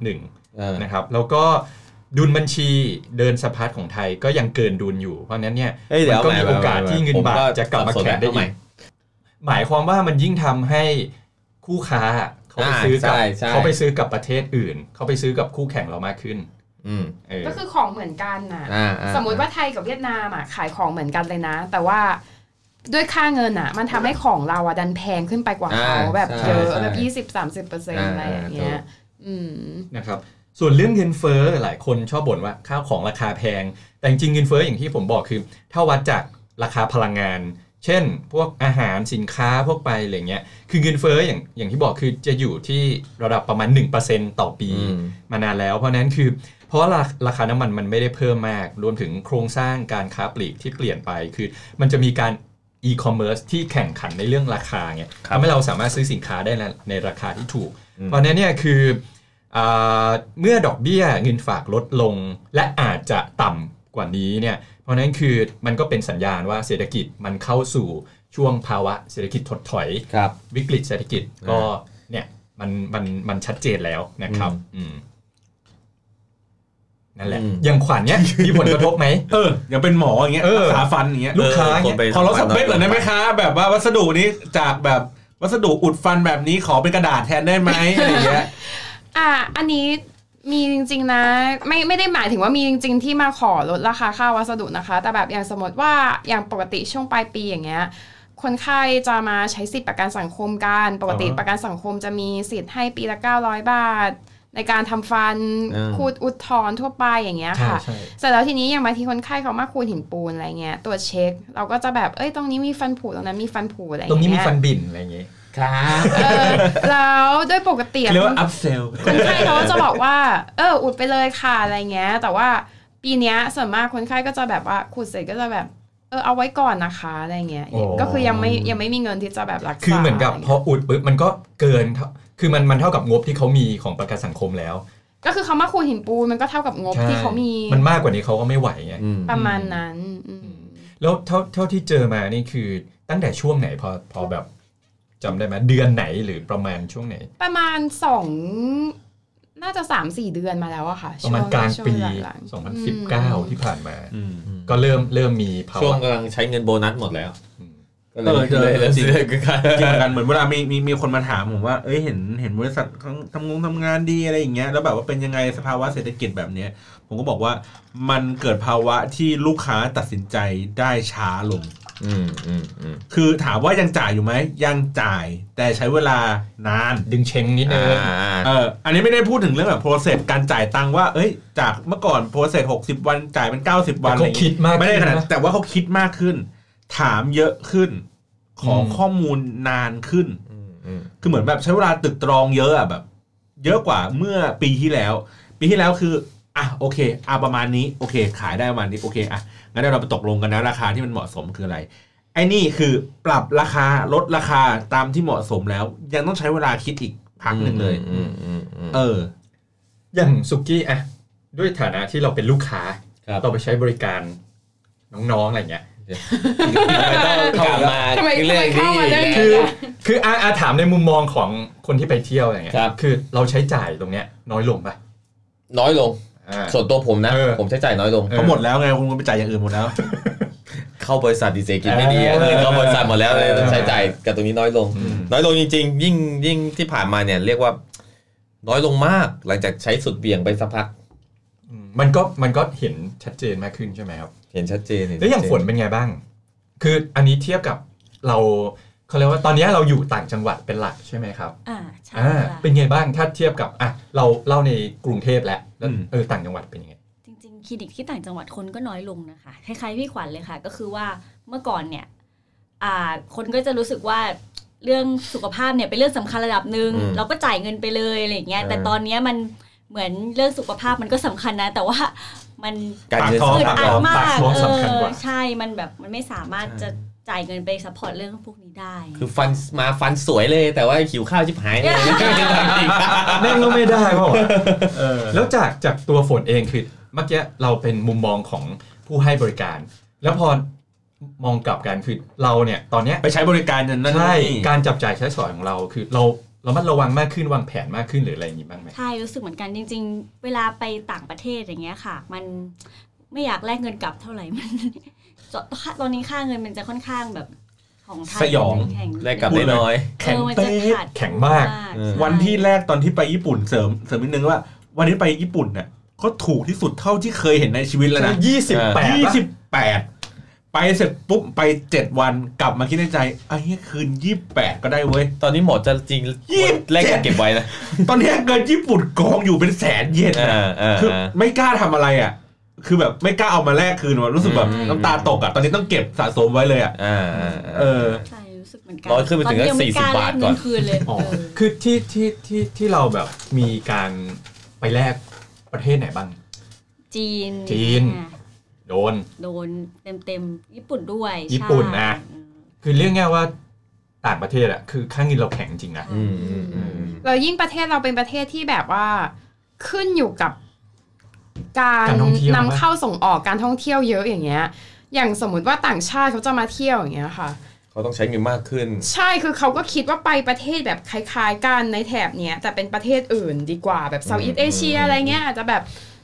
Speaker 1: 0.1
Speaker 2: อ่า
Speaker 1: นะครับแล้วก็ดุลบัญชีเดินสะพัดของไทยก็ยังเกินดุลอยู่ เพราะฉะนั้นเนี่ย
Speaker 2: เอ้ยเดี๋
Speaker 1: มั
Speaker 2: ยว
Speaker 1: ก็
Speaker 2: เอาใหม่
Speaker 1: มีโอกาสที่เงินบาท
Speaker 2: ผมก็
Speaker 1: จะกลับมาแข็ง
Speaker 2: สับสนแล้
Speaker 1: ได้
Speaker 2: วเอาใหม่
Speaker 1: อีกหมายความว่ามันยิ่งทำให้คู่ค้าเขาไป
Speaker 2: อ่า
Speaker 1: ซื้อกับ
Speaker 2: ใช่ใช่
Speaker 1: เขาไปซื้อกับประเทศอื่น เขาไปซื้อกับคู่แข่งเรามากขึ้น
Speaker 2: อืม
Speaker 1: เออ
Speaker 4: ก็คือของเหมือนกันน่ะ
Speaker 2: อ่าอ่
Speaker 4: สมมุติว่าไทยกับเวียดนามอ่ะขายของเหมือนกันเลยนะ แต่ว่าด้วยค่าเงินอ่ะ มันทำให้ของเราอ่ะดันแพงขึ้นไปกว่าเขา
Speaker 2: อ่า
Speaker 4: แบบเยอะ
Speaker 2: ใช่
Speaker 4: แบบยี่สิบสามสิบเปอร์เซ็นต์อะไรอย่างเงี้ย
Speaker 2: อ่า
Speaker 4: อืม
Speaker 1: นะครับส่วนเรื่องเงินเฟ้อหลายคนชอบบ่นว่าข้าวของราคาแพง แต่จริงๆเงินเฟ้ออย่างที่ผมบอกคือ ถ้าวัดจากราคาพลังงาน เช่น พวกอาหารสินค้าพวกไปอะไรเงี้ยคือเงินเฟ้ออย่างอย่างที่บอกคือจะอยู่ที่ระดับประมาณ 1%ต่อปี
Speaker 2: อืม
Speaker 1: มานานแล้วเพราะฉะนั้นคือ เพราะราราคาน้ำมันมันไม่ได้เพิ่มมาก รวมถึงโครงสร้างการค้าปลีกที่เปลี่ยนไปคือ มันจะมีการอีคอมเมิร์ซที่แข่งขันในเรื่องราคาเนี่ย
Speaker 3: ครับ
Speaker 1: ทำให้เราสามารถซื้อสินค้าได้ในในราคาที่ถูก
Speaker 2: อืม
Speaker 1: เพราะฉะนั้นเนี่ยคืออาเมื่อดอกเบี้ยเงินฝากลดลง และอาจจะต่ำกว่านี้เนี่ยเพราะฉะนั้นคือมันก็เป็นสัญญาณว่าเศรษฐกิจมันเข้าสู่ช่วงภาวะเศรษฐกิจถดถอย
Speaker 2: ครับ
Speaker 1: วิกฤตเศรษฐกิจก็เนี่ย มันมันมันชัดเจนแล้วนะครับ อืมนั่นแหละ
Speaker 2: อืม
Speaker 1: อย่างขวัญ *laughs* เนี้ยมีผลกระทบไหม
Speaker 3: เอออย่างเป็นหมออย่างเงี้ย
Speaker 1: เออ
Speaker 3: รักษาฟันอย่างเงี้ย
Speaker 1: ลูกค้า
Speaker 2: เออคนไป
Speaker 3: ขอลดสเปคหน่อยได้ไหม
Speaker 2: สั
Speaker 3: คะ แบบว่าวัสดุนี้จากแบบวัสดุอุดฟันแบบนี้ขอเป็นกระดาษแทนได้ไหมอะไรอย่างเงี้ย
Speaker 4: อ่ะอันนี้มีจริงๆนะไม่ไม่ได้หมายถึงว่ามีจริง ๆ ที่มาขอลดราคาค่าวัสดุนะคะ แต่แบบอย่างสมมติว่าอย่างปกติช่วงปลายปีอย่างเงี้ยคนไข้จะมาใช้สิทธิประกันสังคมกันปกติ
Speaker 3: อ่าฮะ
Speaker 4: ประกันสังคมจะมีสิทธิ์ให้ปีละ 900 บาท ในการทำฟัน
Speaker 2: อ่า
Speaker 4: คูดอุดทอนทั่วไปอย่างเงี้ย
Speaker 1: ใช่
Speaker 4: ค่ะ
Speaker 1: ใช่
Speaker 4: เสร็จแล้วทีนี้อย่างบางทีคนไข้เขามาคูดหินปูนอะไรเงี้ยตรวจเช็ค เราก็จะแบบเอ้ยตรงนี้มีฟันผุตรงนั้นมีฟันผุอะไรอย่าง
Speaker 1: ตรง
Speaker 4: เงี้ย
Speaker 1: นี้มีฟันบินอะไรอย่างเงี้ย
Speaker 2: ครับ
Speaker 4: เออแล้วโดยปกติอะ
Speaker 3: เรียกว่าอัพเซล
Speaker 4: คนไข้เขาก็จะบอกว่า เอออุดไปเลยค่ะอะไรเงี้ย แต่ว่าปีเนี้ยส่วนมากคนไข้ก็จะแบบว่าขุดเสร็จก็จะแบบ เออเอาไว้ก่อนนะคะอะไรเงี้ยก็คือยังไม่ยังไม่มีเงินที่จะแบบรักษา
Speaker 1: คือเหมือนกับ
Speaker 4: ะไร
Speaker 1: พ
Speaker 4: เงี้ย
Speaker 1: ออุดปุ๊บมันก็เกินเท่าคือมันมันเท่ากับงบที่เขามีของประกันสังคมแล้ว
Speaker 4: ก็คือเขามาคูณหินปูนมันก็เท่ากับงบ
Speaker 1: ใช่
Speaker 4: ที่เขามี
Speaker 1: มันมากกว่านี้เขาก็ไม่ไหวไง
Speaker 2: อืม
Speaker 4: ประมาณนั้นอืม
Speaker 1: แล้วเท่าเท่าที่เจอมานี่คือตั้งแต่ช่วงไหนพอพอแบบจำได้ไหมเดือนไหนหรือประมาณช่วงไหน
Speaker 4: ประมาณสองน่าจะสามสี่เดือนมาแล้วอะค่ะ
Speaker 1: ประมาณกลาง
Speaker 4: ช่ว
Speaker 1: ปี
Speaker 4: หลังๆ
Speaker 1: 2019 ที่ผ่านมา
Speaker 3: อืม
Speaker 1: ก็เริ่มเริ่มมีภา
Speaker 2: ช่วง
Speaker 1: วะ
Speaker 2: กำลังใช้เงินโบนัสหมดแล้ว
Speaker 1: อืม
Speaker 2: ก็เลย
Speaker 3: เออเจอ
Speaker 2: เลยเลย
Speaker 3: จริง
Speaker 2: เลยก็ค่ะ
Speaker 3: จริงเหมือนกันเหมือนเวลามีมีมีคนมาถามผมว่า เอ้ยเห็นเห็นบริษัทเขาทำงงทำงานดีอะไรอย่างเงี้ยแล้วแบบว่าเป็นยังไงสภาวะเศรษฐกิจแบบเนี้ย ผมก็บอกว่ามันเกิดภาวะที่ลูกค้าตัดสินใจได้ช้าลง
Speaker 2: อืมอืมอืม
Speaker 3: คือถามว่ายังจ่ายอยู่ไหมยังจ่ายแต่ใช้เวลานาน
Speaker 1: ดึงเชงนิดนึง
Speaker 3: เอออันนี้ไม่ได้พูดถึงเรื่องแบบ process การจ่ายตังค์ว่า เอ้ย จากเมื่อก่อน process 60 วันจ่ายเป็น 90 วันอะ
Speaker 1: แต่เขา
Speaker 3: ไรอย่งงี้
Speaker 1: คิดมากขึ้น
Speaker 3: ไม่ได้ขนาดนั้
Speaker 1: นะ
Speaker 3: นแต่ว่าเขาคิดมากขึ้น ถามเยอะขึ้น ขอ
Speaker 1: อืม
Speaker 3: ข้อมูลนานขึ้น คือเหมือนแบบใช้เวลาตึกตรองเยอะอะแบบ เยอะกว่าเมื่อปีที่แล้ว ปีที่แล้วคือ อ่ะโอเคอ่ะประมาณนี้โอเค ขายได้ประมาณนี้โอเคอ่ะงั้นเดี๋ยวเราไปตกลงกันนะราคาที่มันเหมาะสมคืออะไรไอ้นี่คือปรับราคาลดราคาตามที่เหมาะสมแล้ว ยังต้องใช้เวลาคิดอีกพักหนึ่งเลย เออ
Speaker 1: อย่างสุกี้อะด้วยฐานะที่เราเป็นลูกค้า
Speaker 2: ครับ
Speaker 1: เราไปใช้บริการน้องๆอะไรเงี้ย
Speaker 2: กลับมา
Speaker 4: ทำไมทำไมเข้ามาเรื่อง
Speaker 2: อีก
Speaker 4: นี้
Speaker 1: คือ
Speaker 4: อะ
Speaker 1: คืออาอาถามในมุมมองของคนที่ไปเที่ยวอะไรเงี้ย
Speaker 2: ครับ
Speaker 1: คือเราใช้จ่ายตรงเนี้ยน้อยลงปะ
Speaker 2: น้อยลง
Speaker 1: อ่า
Speaker 2: ส่วนตัวผมนะ
Speaker 1: เออ
Speaker 2: ผมใช้จ่ายน้อยลง
Speaker 1: เออ
Speaker 3: เขาหมดแล้วไงคุณก็ไปจ่ายอย่างอื่นหมดแล้ว
Speaker 2: เข้าบริษัทดีเจกินไม่ดีอะเออเข้าบริษัทหมดแล้วเลยใช้จ่ายกับตรงนี้น้อยลง
Speaker 1: อืม
Speaker 2: น้อยลงจริง ๆ ยิ่งยิ่งที่ผ่านมาเนี่ยเรียกว่า น้อยลงมากหลังจากใช้สุดเบี่ยงไปสักพัก
Speaker 1: อืมมันก็มันก็เห็นชัดเจนมากขึ้นใช่ไหมครับ
Speaker 2: เห็นชัดเจนเห็น
Speaker 1: แล้วอย่าง
Speaker 2: ชัดเจ
Speaker 1: ฝนเป็นไงบ้าง คืออันนี้เทียบกับเราเขาเรียกว่าตอนนี้เราอยู่ต่างจังหวัดเป็นหลักใช่ไหมครับ
Speaker 5: อ่าใช่
Speaker 1: อ่า
Speaker 5: ค่ะ
Speaker 1: เป็นไงบ้างถ้าเทียบกับอ่ะเราเล่าในกรุงเทพแล้วแล้ว
Speaker 3: อืม
Speaker 1: เออต่างจังหวัดเป็นยังไง
Speaker 5: จริงๆ คลินิกที่ต่างจังหวัดคนก็น้อยลงนะคะ คล้ายๆพี่ขวัญเลยค่ะ ก็คือว่าเมื่อก่อนเนี่ยอ่าคนก็จะรู้สึกว่าเรื่องสุขภาพเนี่ยเป็นเรื่องสำคัญระดับหนึ่ง
Speaker 2: อืม
Speaker 5: เราก็จ่ายเงินไปเลยอะไรอย่างเงี้ย
Speaker 2: เออ
Speaker 5: แต่ตอนเนี้ยมันเหมือนเรื่องสุขภาพมันก็สำคัญนะ แต่ว่ามัน
Speaker 2: การเงิน
Speaker 1: ปากท้อง
Speaker 5: อึด
Speaker 2: สำคัญ
Speaker 5: อัดมา
Speaker 1: ปาก
Speaker 5: ก
Speaker 1: ท้อง
Speaker 5: เอ
Speaker 1: สำคัญก
Speaker 5: อ
Speaker 1: ว่า
Speaker 5: ใช่ มันแบบมันไม่สามารถจะจ่ายเงินไปซัพพอร์ตเรื่องพวกนี้ได้
Speaker 2: คือฟันมาฟันสวยเลยแต่ว่าหิวข้าวชิบหายเลย
Speaker 1: แม่งก็ไม่ได้เปล่าวะ
Speaker 3: เออ
Speaker 1: แล้วจากจากตัวฝนเองคือเมื่อกี้เราเป็นมุมมองของผู้ให้บริการ แล้วพอมองกลับกันคือเราเนี่ยตอนเนี้ย
Speaker 3: ไปใช้บริการอย่างนั้น
Speaker 1: ใช่
Speaker 3: นี่
Speaker 1: การจับจ่ายใช้สอยของเราคือเราเรามัดระวังมากขึ้นวางแผนมากขึ้นหรืออะไรอย่างนี้บ้างไหม
Speaker 5: ใช่รู้สึกเหมือนกันจริง ๆ เวลาไปต่างประเทศอย่างเงี้ยค่ะ มันไม่อยากแลกเงินกลับเท่าไหร่ *laughs* มันตอนนี้ค่าเงินมันจะค่อนข้างแบบของไทยแข่ง
Speaker 2: ได้กลับได้น้อย
Speaker 5: เออมันจะขาด
Speaker 1: แข็งมาก
Speaker 2: เออ
Speaker 5: ใช่
Speaker 3: วันที่แรกตอนที่ไปญี่ปุ่นเสริมเสริมนิดนึงว่า วันที่ไปญี่ปุ่นเนี่ยก็ถูกที่สุดเท่าที่เคยเห็นในชีวิตแล้วนะ
Speaker 1: ยี่สิบแปด
Speaker 3: ยี่สิบแปดไปเสร็จปุ๊บไปเจ็ดวันกลับมาคิดในใจไอ้เนี้ยคืนยี่แปดก็ได้เว้ย
Speaker 2: ตอนนี้หมอจะจริง
Speaker 3: ยี่สิบเจ็ด
Speaker 2: แลกกันเก็บไว้นะ
Speaker 3: ตอนเนี้ยเงินญี่ปุ่นกองอยู่เป็นแสนเยน
Speaker 2: เอ
Speaker 3: นะ
Speaker 2: อเออ
Speaker 3: คือ
Speaker 2: เออ
Speaker 3: ไม่กล้าทำอะไรอ่ะ คือแบบไม่กล้าเอามาแลกคืนว่ะรู้สึกแบบ
Speaker 2: อืม
Speaker 3: น้ำตาตกอ่ะตอนนี้ต้องเก็บสะสมไว้เลยอ่ะ
Speaker 2: อ่าา
Speaker 3: เอา อ
Speaker 5: ใช่รู้สึกเหมือนกัน
Speaker 2: ร้อยขึ้นไปถึง
Speaker 5: ตยัไม่ล้
Speaker 2: 40บาทก่อน
Speaker 5: แลเงิคืนเลย
Speaker 1: อ๋อ
Speaker 5: เออ
Speaker 1: คือที่ที่ที่ที่เราแบบมีการไปแลกประเทศไหนบ้าง
Speaker 5: จีน
Speaker 1: จีน
Speaker 5: อ่ะ
Speaker 1: โดน
Speaker 5: โดนเต็มๆ ญี่ปุ่นด้วย
Speaker 1: ญี่ปุ่นนะ
Speaker 5: ใช่
Speaker 1: คือเรื่องง่ายว่าต่างประเทศอะคือค่าเงินเราแข็งจริงนะ
Speaker 2: อืมอืมอืม
Speaker 4: เรายิ่งประเทศเราเป็นประเทศที่แบบว่าขึ้นอยู่กับการ
Speaker 1: การท่องเที่ยวน
Speaker 4: ำ
Speaker 1: ปะ
Speaker 4: เข้าส่งออกการท่องเที่ยวเยอะอย่างเงี้ย อย่างสมมติว่าต่างชาติเขาจะมาเที่ยวอย่างเงี้ยค่ะ
Speaker 2: ข เขาต้องใช้เงินมากขึ้น
Speaker 4: ใช่คือเขาก็คิดว่าไปประเทศแบบคล้าย ๆ กันในแถบเนี้ยแต่เป็นประเทศอื่นดีกว่าแบบเซาท์อีส
Speaker 2: อืม
Speaker 4: เอเชีย
Speaker 2: อืม
Speaker 4: อะไรเงี้ยอาจจะแบบ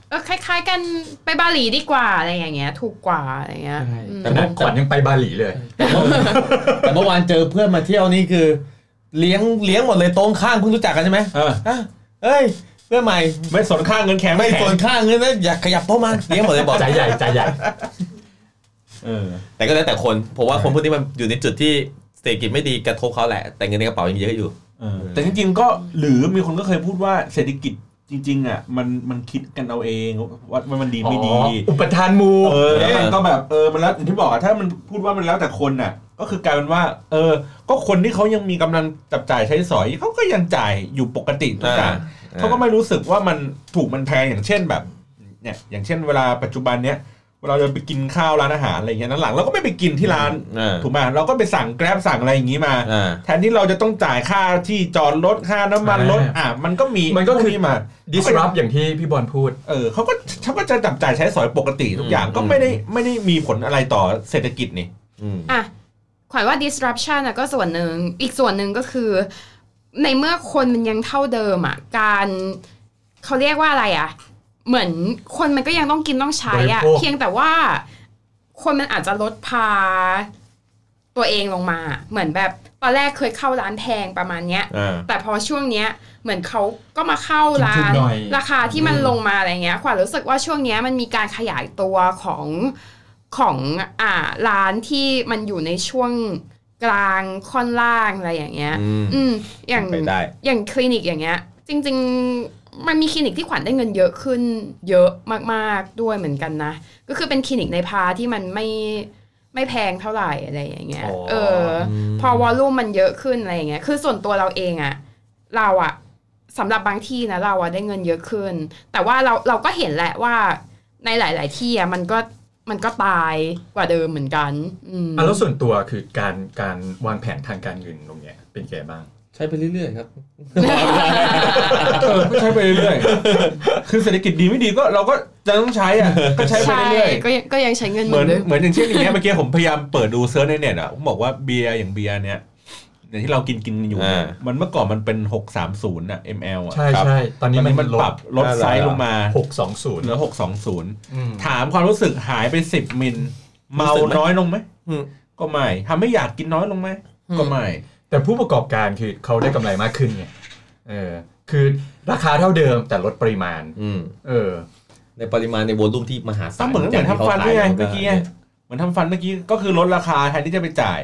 Speaker 4: เออคล้าย ๆ กันไปบาหลีดีกว่าอะไรอย่างเงี้ยถูกกว่าอะไรเงี้ยอืม
Speaker 1: แต่ขวัญยังไปบาหลีเลย
Speaker 2: แต่เมื่อวานเจอเพื่อนมาเที่ยวนี่คือ เลี้ยงเลี้ยงหมดเลยโต้งข้างเพิ่งรู้จักกันใช่ไหม
Speaker 3: เออ
Speaker 2: อ่ะเอ้ย เพื่อนใหม่
Speaker 3: ไม่สนค่าเงินแข็ง
Speaker 2: ไม่สนข้างเงินนะอยากขยับโต๊ะมาเลี้ยงหมดเลยบอก
Speaker 1: ใจใหญ่ใจใหญ่
Speaker 3: เออ
Speaker 2: แต่ก็แล้วแต่คนผมว่าคนพวกนี้มันอยู่ในจุดที่เศรษฐกิจไม่ดีกระทบเขาแหละ แต่เงินในกระเป๋ายังเยอะอยู่
Speaker 3: เออแต่จริงๆก็หรือมีคนก็เคยพูดว่าเศรษฐกิจจริง ๆ อ่ะ มันมันคิดกันเอาเองว่าว่ามันดีไม่ดี
Speaker 1: อ๋ออุปทานหมู
Speaker 3: เออแล้วมันก็แบบเออมันแล้วอย่างที่บอกอะถ้ามันพูดว่ามันแล้วแต่คนน่ะ ก็คือกลายเป็นว่า เออ ก็คนที่เขายังมีกำลังจับจ่ายใช้สอยเขาก็ยังจ่ายอยู่ปกติทุกอย่าง
Speaker 2: อ่า
Speaker 3: เขาก็ไม่รู้สึกว่ามันถูกมันแพงอย่างเช่นแบบเนี่ยอย่างเช่นเวลาปัจจุบันเนี้ยเวลาเราไปกินข้าวร้านอาหารอะไรอย่างเงี้ยนั้นหลังเราก็ไม่ไปกินที่ร้าน
Speaker 2: อ่า
Speaker 3: ถูกไหมเราก็ไปสั่งแกร็บสั่งอะไรอย่างงี้มา
Speaker 2: อ่า
Speaker 3: แทนที่เราจะต้องจ่ายค่าที่จอดรถค่าน้ำมันรถอ่ะมันก็มี
Speaker 1: มันก็คือ
Speaker 3: พวมา
Speaker 1: disrupt อย่างที่พี่บอลพูด
Speaker 3: เออเขาก็เขาก็จะจับจ่ายใช้สอยปกติทุกอย่าง
Speaker 2: อืม
Speaker 3: ก็ไม่ได้ไม่ได้มีผลอะไรต่อเศรษฐกิจนี่
Speaker 2: อืม
Speaker 4: อ่ะขวัญว่า disruption อะก็ส่วนหนึ่งอีกส่วนหนึ่งก็คือ ในเมื่อคนมันยังเท่าเดิมอ่ะการเขาเรียกว่าอะไรอ่ะ เหมือนคนมันก็ยังต้องกินต้องใช้อ่ะ
Speaker 1: บริโภค
Speaker 4: เพียงแต่ว่าคนมันอาจจะลดพาตัวเองลงมา เหมือนแบบตอนแรกเคยเข้าร้านแพงประมาณเนี้ย
Speaker 2: อ่า
Speaker 4: แต่พอช่วงเนี้ยเหมือนเขาก็มาเข้าร้า
Speaker 1: ถูก
Speaker 4: น
Speaker 1: ๆหน่อย
Speaker 4: ราคาที่มัน
Speaker 2: อืม
Speaker 4: ลงมาอะไรเงี้ยขวัญรู้สึกว่าช่วงเนี้ยมันมีการขยายตัวของของอ่าร้านที่มันอยู่ในช่วงกลางค่อนล่างอะไรอย่างเงี้ย
Speaker 2: อืม
Speaker 4: อืมอย่าง
Speaker 2: ไปได้
Speaker 4: อย่างคลินิกอย่างเงี้ย จริง ๆ มันมีคลินิกที่ขวัญได้เงินเยอะขึ้น เยอะมากๆด้วยเหมือนกันนะ ก็คือเป็นคลินิกในพาที่มันไม่ไม่แพงเท่าไหร่อะไรอย่างเงี้ย
Speaker 1: อ๋อ
Speaker 4: เอออ
Speaker 2: ม
Speaker 4: พอวอลลุ่มมันเยอะขึ้นอะไรอย่างเงี้ยคือส่วนตัวเราเองอะเราอะสำหรับบางที่นะเราอะได้เงินเยอะขึ้น แต่ว่าเราเราก็เห็นแหละว่าในหลาย ๆ ที่อะมันก็มันก็ตายกว่าเดิมเหมือนกัน อืม
Speaker 1: อ่ะแล้วส่วนตัวคือการการวางแผนทางการเงินตรงเนี้ยเป็นไงบ้าง
Speaker 2: ใช้ไปเรื่อยๆครับ
Speaker 3: เออก็ใช้ไปเรื่อยๆ คือเศรษฐกิจดีไม่ดีก็เราก็จะต้องใช้อ่ะก็ใช้ไป
Speaker 4: ใช่
Speaker 3: เรื่อย
Speaker 4: ก็ยังก็ยังใช้เงิน
Speaker 3: ๆ
Speaker 4: เห
Speaker 3: เหมื
Speaker 4: มื
Speaker 3: อ
Speaker 4: อนนเดิม
Speaker 3: เหมือนอย่างเช่นอย่างเงี้ยเมื่อกี้ผมพยายามเปิดดูเซิร์ชในเน็ตอ่ะผมบอกว่าเบียร์อย่างเบียร์เนี้ยอย่างที่เรากินกินอยู่เนี่ย
Speaker 2: อ่า
Speaker 3: มันเมื่อก่อนมันเป็น 630น่ะ ml อ่ะ
Speaker 1: ใช่
Speaker 2: ครับ
Speaker 1: ใช่ตอนนี้
Speaker 3: ตอน
Speaker 1: มัน
Speaker 3: นี้มันปรับลดไซส์ลงมา
Speaker 1: หกสองศูนย์
Speaker 3: เหลือ620 ถามความรู้สึกหายไปสิบมิลเมา
Speaker 2: สึกไหม
Speaker 3: น้อยลงไหม
Speaker 2: อืม
Speaker 3: ก็ไม่ทำให้อยากกินน้อยลงไหมก็ไม่
Speaker 1: แต่ผู้ประกอบการคือเขาได้กำไรมากขึ้นไงเออคือราคาเท่าเดิมแต่ลดปริมาณ
Speaker 2: อืม
Speaker 1: เออ
Speaker 2: ในปริมาณในวอลลุ่มที่มหาศา
Speaker 3: ก็
Speaker 2: ล
Speaker 3: เหมือนเหมือนทำฟัน
Speaker 2: ขา
Speaker 3: นี่ไง
Speaker 2: ย
Speaker 3: เมื่อกี้ไงเหมือนทำฟันเมื่อกี้ก็คือลดราคาแทนที่จะไปจ่าย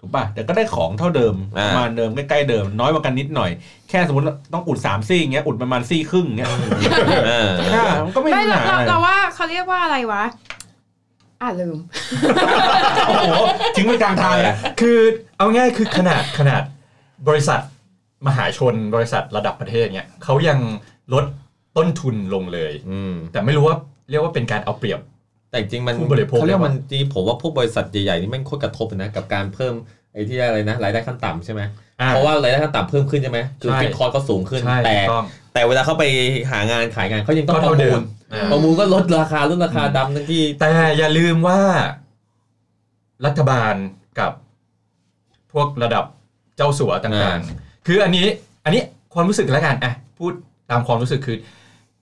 Speaker 3: ถูกป่ะแต่ก็ได้ของเท่าเดิมประมาณเดิมใกล้ๆเดิม น้อยกว่ากันนิดหน่อย แค่สมมติต้องอุดสามซี่อย่างเงี้ยอุดประมาณซี่ครึ่งเงี้ย
Speaker 2: เออ
Speaker 3: อ่ามันก็ไม่
Speaker 4: ไม่
Speaker 3: มี
Speaker 4: เรา
Speaker 3: ปัญหาอะไร
Speaker 4: เราเราว่าเขาเรียกว่าอะไรวะ อ่าลืม
Speaker 3: โอ้โหทิ้งไปกลางทางเลย
Speaker 1: คือเอาง่ายคือขนาดขนาดบริษัทมหาชนบริษัทระดับประเทศเนี่ยเขายังลดต้นทุนลงเลย
Speaker 2: อืม
Speaker 1: แต่ไม่รู้ว่าเรียกว่าเป็นการเอาเปรียบ
Speaker 2: แต่จริงๆมัน
Speaker 1: ผู้บริโภค
Speaker 2: เขาเรียกว่ามันจริงๆผมว่าพวกบริษัทใหญ่ๆนี่แม่งโคตรกระทบเลยนะ กับการเพิ่มไอ้ที่อะไรนะรายได้ขั้นต่ำใช่ไหม
Speaker 1: อ่
Speaker 2: เพราะว่ารายได้ขั้นต่ำเพิ่มขึ้นใช่ไหมคือ
Speaker 1: ใช่
Speaker 2: ฟิกคอร์ก็สูงขึ้น
Speaker 1: ใช่
Speaker 2: แต่
Speaker 1: ถูกต้อง
Speaker 2: แต่เวลาเขาไปหางานขายงานเขายังต้องประ
Speaker 1: ก็เท่าเดิ
Speaker 2: มูลป
Speaker 1: ม
Speaker 2: ระมูลก็ลดราคาลดราคาดำทั้งที่
Speaker 1: แต่อย่าลืมว่ารัฐบาลกับพวกระดับเจ้าสัวต่าง
Speaker 2: อ่า
Speaker 1: ๆ คืออันนี้อันนี้ความรู้สึกแล้วกันอ่ะพูดตามความรู้สึกคือ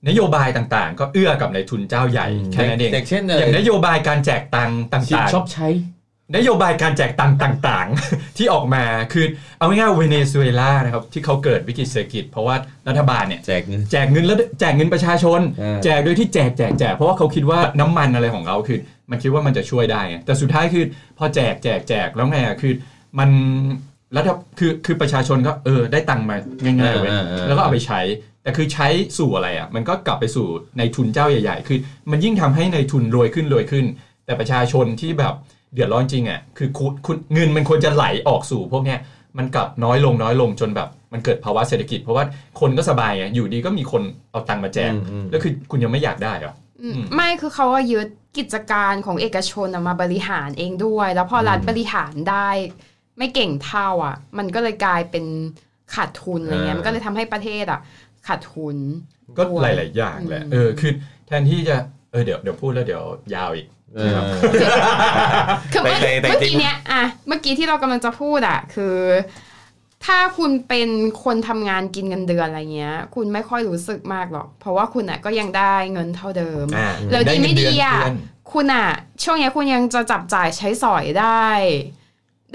Speaker 1: นโยบายต่างๆ ก็เอื้อกับในายทุนเจ้าใหญ่แค่นั้นเอง
Speaker 2: อย่างเช่น
Speaker 1: อย่างนโยบายการแจกตังค์
Speaker 2: ชิป
Speaker 1: ต่าง
Speaker 2: ชอบใช้
Speaker 1: ๆ นโยบายการแจกตังค์ต่างๆ ที่ออกมาคือเอาง่ายๆเวเนซุเอลานะครับที่เขาเกิดวิกฤตเศรษฐกิจเพราะว่ารัฐบาลเนี่ย
Speaker 2: แจกเงิน
Speaker 1: แจกเงินแล้วแจกเงินประชาชน
Speaker 2: อ่า
Speaker 1: แจกโดยที่แจกแจกแจกเพราะว่าเขาคิดว่าน้ำมันอะไรของเขาคือ มันคิดว่ามันจะช่วยได้ไงแต่สุดท้ายคือพอแจกแจกแจกแล้วไงอะคือ มันรัฐคือคือประชาชนก็เออได้ตังค์มาง่ายๆเว้ยแล้วก็เอาไปใช้ แต่คือใช้สู่อะไรอ่ะมันก็กลับไปสู่ในทุนเจ้าใหญ่ ๆ คือ มันยิ่งทำให้ในทุนรวยขึ้นรวยขึ้น แต่ประชาชนที่แบบเดือดร้อนจริงอ่ะคือคุณคุณเงินมันควรจะไหลออกสู่พวกเนี้ย มันกลับน้อยลงน้อยลงจนแบบ มันเกิดภาวะเศรษฐกิจ เพราะว่าคนก็สบายไงอยู่ดีก็มีคนเอาตังค์มาแจก
Speaker 2: อืมอืม
Speaker 1: แล้วคือคุณยังไม่อยากได้เหรอ
Speaker 4: อืม
Speaker 1: อืม
Speaker 4: ไม่คือเขาว่ายึดกิจการของเอกชนน่ะมาบริหารเองด้วย แล้วพอรัฐบริหารได้ ไม่เก่งเท่าอ่ะ มันก็เลยกลายเป็นขาดทุนอะไรเงี้ย
Speaker 2: อ่ามั
Speaker 4: มันก็เลยทำให้ประเทศอ่ะ ขาดทุน
Speaker 1: ก็
Speaker 4: ด้วย
Speaker 1: หลาย ๆ อย่างแหละ
Speaker 4: อืม
Speaker 1: เออคือแทนที่จะ เออเดี๋ยวเดี๋ยวพูดแล้วเดี๋ยวยาวอีก
Speaker 2: เออ
Speaker 4: คือเมื่อ
Speaker 2: แต่แต่
Speaker 4: เมื่อ
Speaker 2: จริง
Speaker 4: กี้เนี้ยอ่ะเมื่อกี้ที่เรากำลังจะพูดอ่ะคือ ถ้าคุณเป็นคนทำงานกินเงินเดือนอะไรเงี้ย คุณไม่ค่อยรู้สึกมากหรอก เพราะว่าคุณอ่ะก็ยังได้เงินเท่าเดิม
Speaker 1: อ่า
Speaker 4: แล้วดีไม่ดีอ่ะ
Speaker 1: เงินเดือนเพื่น
Speaker 4: คุณอ่ะ ช่วงเนี้ยคุณยังจะจับจ่ายใช้สอยได้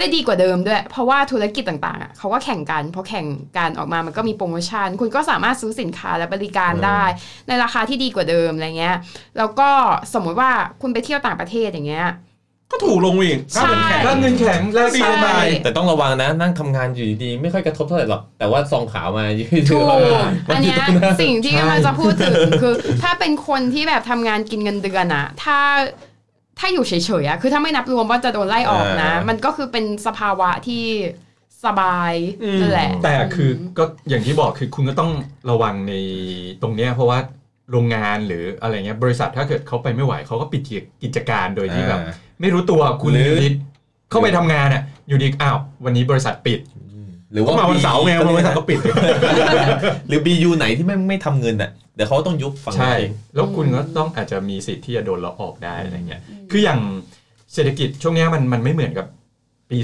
Speaker 4: ได้ดีกว่าเดิมด้วย เพราะว่าธุรกิจต่างๆอ่ะเขาก็แข่งกันพอแข่งกันออกมามันก็มีโปรโมชั่น คุณก็สามารถซื้อสินค้าและบริการได้ ในราคาที่ดีกว่าเดิมอะไรเงี้ย แล้วก็สมมุติว่าคุณไปเที่ยวต่างประเทศอย่างเงี้ย
Speaker 3: ก็ถูกลงอีกค่าเงินแข็ง
Speaker 1: ก็เงินแข็งแล้วดี
Speaker 4: ใช่
Speaker 1: ไป
Speaker 2: แต่ต้องระวังนะนั่งทำงานอยู่ดีๆไม่ค่อยกระทบเท่าไหร่หรอก แต่ว่าซองขาวมายืด
Speaker 4: ถูก
Speaker 2: ๆแล้วก็มั
Speaker 4: อัน
Speaker 2: ยู่
Speaker 4: เนี้ย
Speaker 2: ตรง
Speaker 4: สิ่งที่กำลังจะพูดถึงคือ ถ้าเป็นคนที่แบบทำงานกินเงินเดือนอะถ้าถ้าอยู่เฉยๆอะคือถ้าไม่นับรวมว่าจะโดนไล่ออกนะ
Speaker 2: เออ
Speaker 4: มันก็คือเป็นสภาวะที่สบาย
Speaker 3: อืม
Speaker 4: นั่นแหละ
Speaker 1: แต่คือก็อย่างที่บอกคือคุณก็ต้องระวังในตรงเนี้ยเพราะว่าโรงงานหรืออะไรเงี้ยบริษัทถ้าเกิดเขาไปไม่ไหวเขาก็ปิดกิจการโดยที่แบบ
Speaker 2: อ่า
Speaker 1: ไม่รู้ตัวคุณ
Speaker 2: หรือ
Speaker 1: อยู่ดีเข้าไปทำงานอ่ะอยู่ดีอ้าววันนี้บริษัทปิด
Speaker 2: หรือ
Speaker 3: ก็
Speaker 2: ว่า
Speaker 3: มาวันเสาร์ไงวันบริษัทก็ปิด
Speaker 2: หรือบียูไหนที่ไม่ไม่ทำเงินอ่ะเดี๋ยวเขาต้องยุบฝั่งนั้
Speaker 1: ใช่
Speaker 2: นเอง
Speaker 1: แล้วคุณก็ต้องอาจจะมีสิทธิ์ที่จะโดนเราออกได้อะไรเงี้ยคืออย่างเศรษฐกิจช่วงเนี้ยมันมันไม่เหมือนกับปี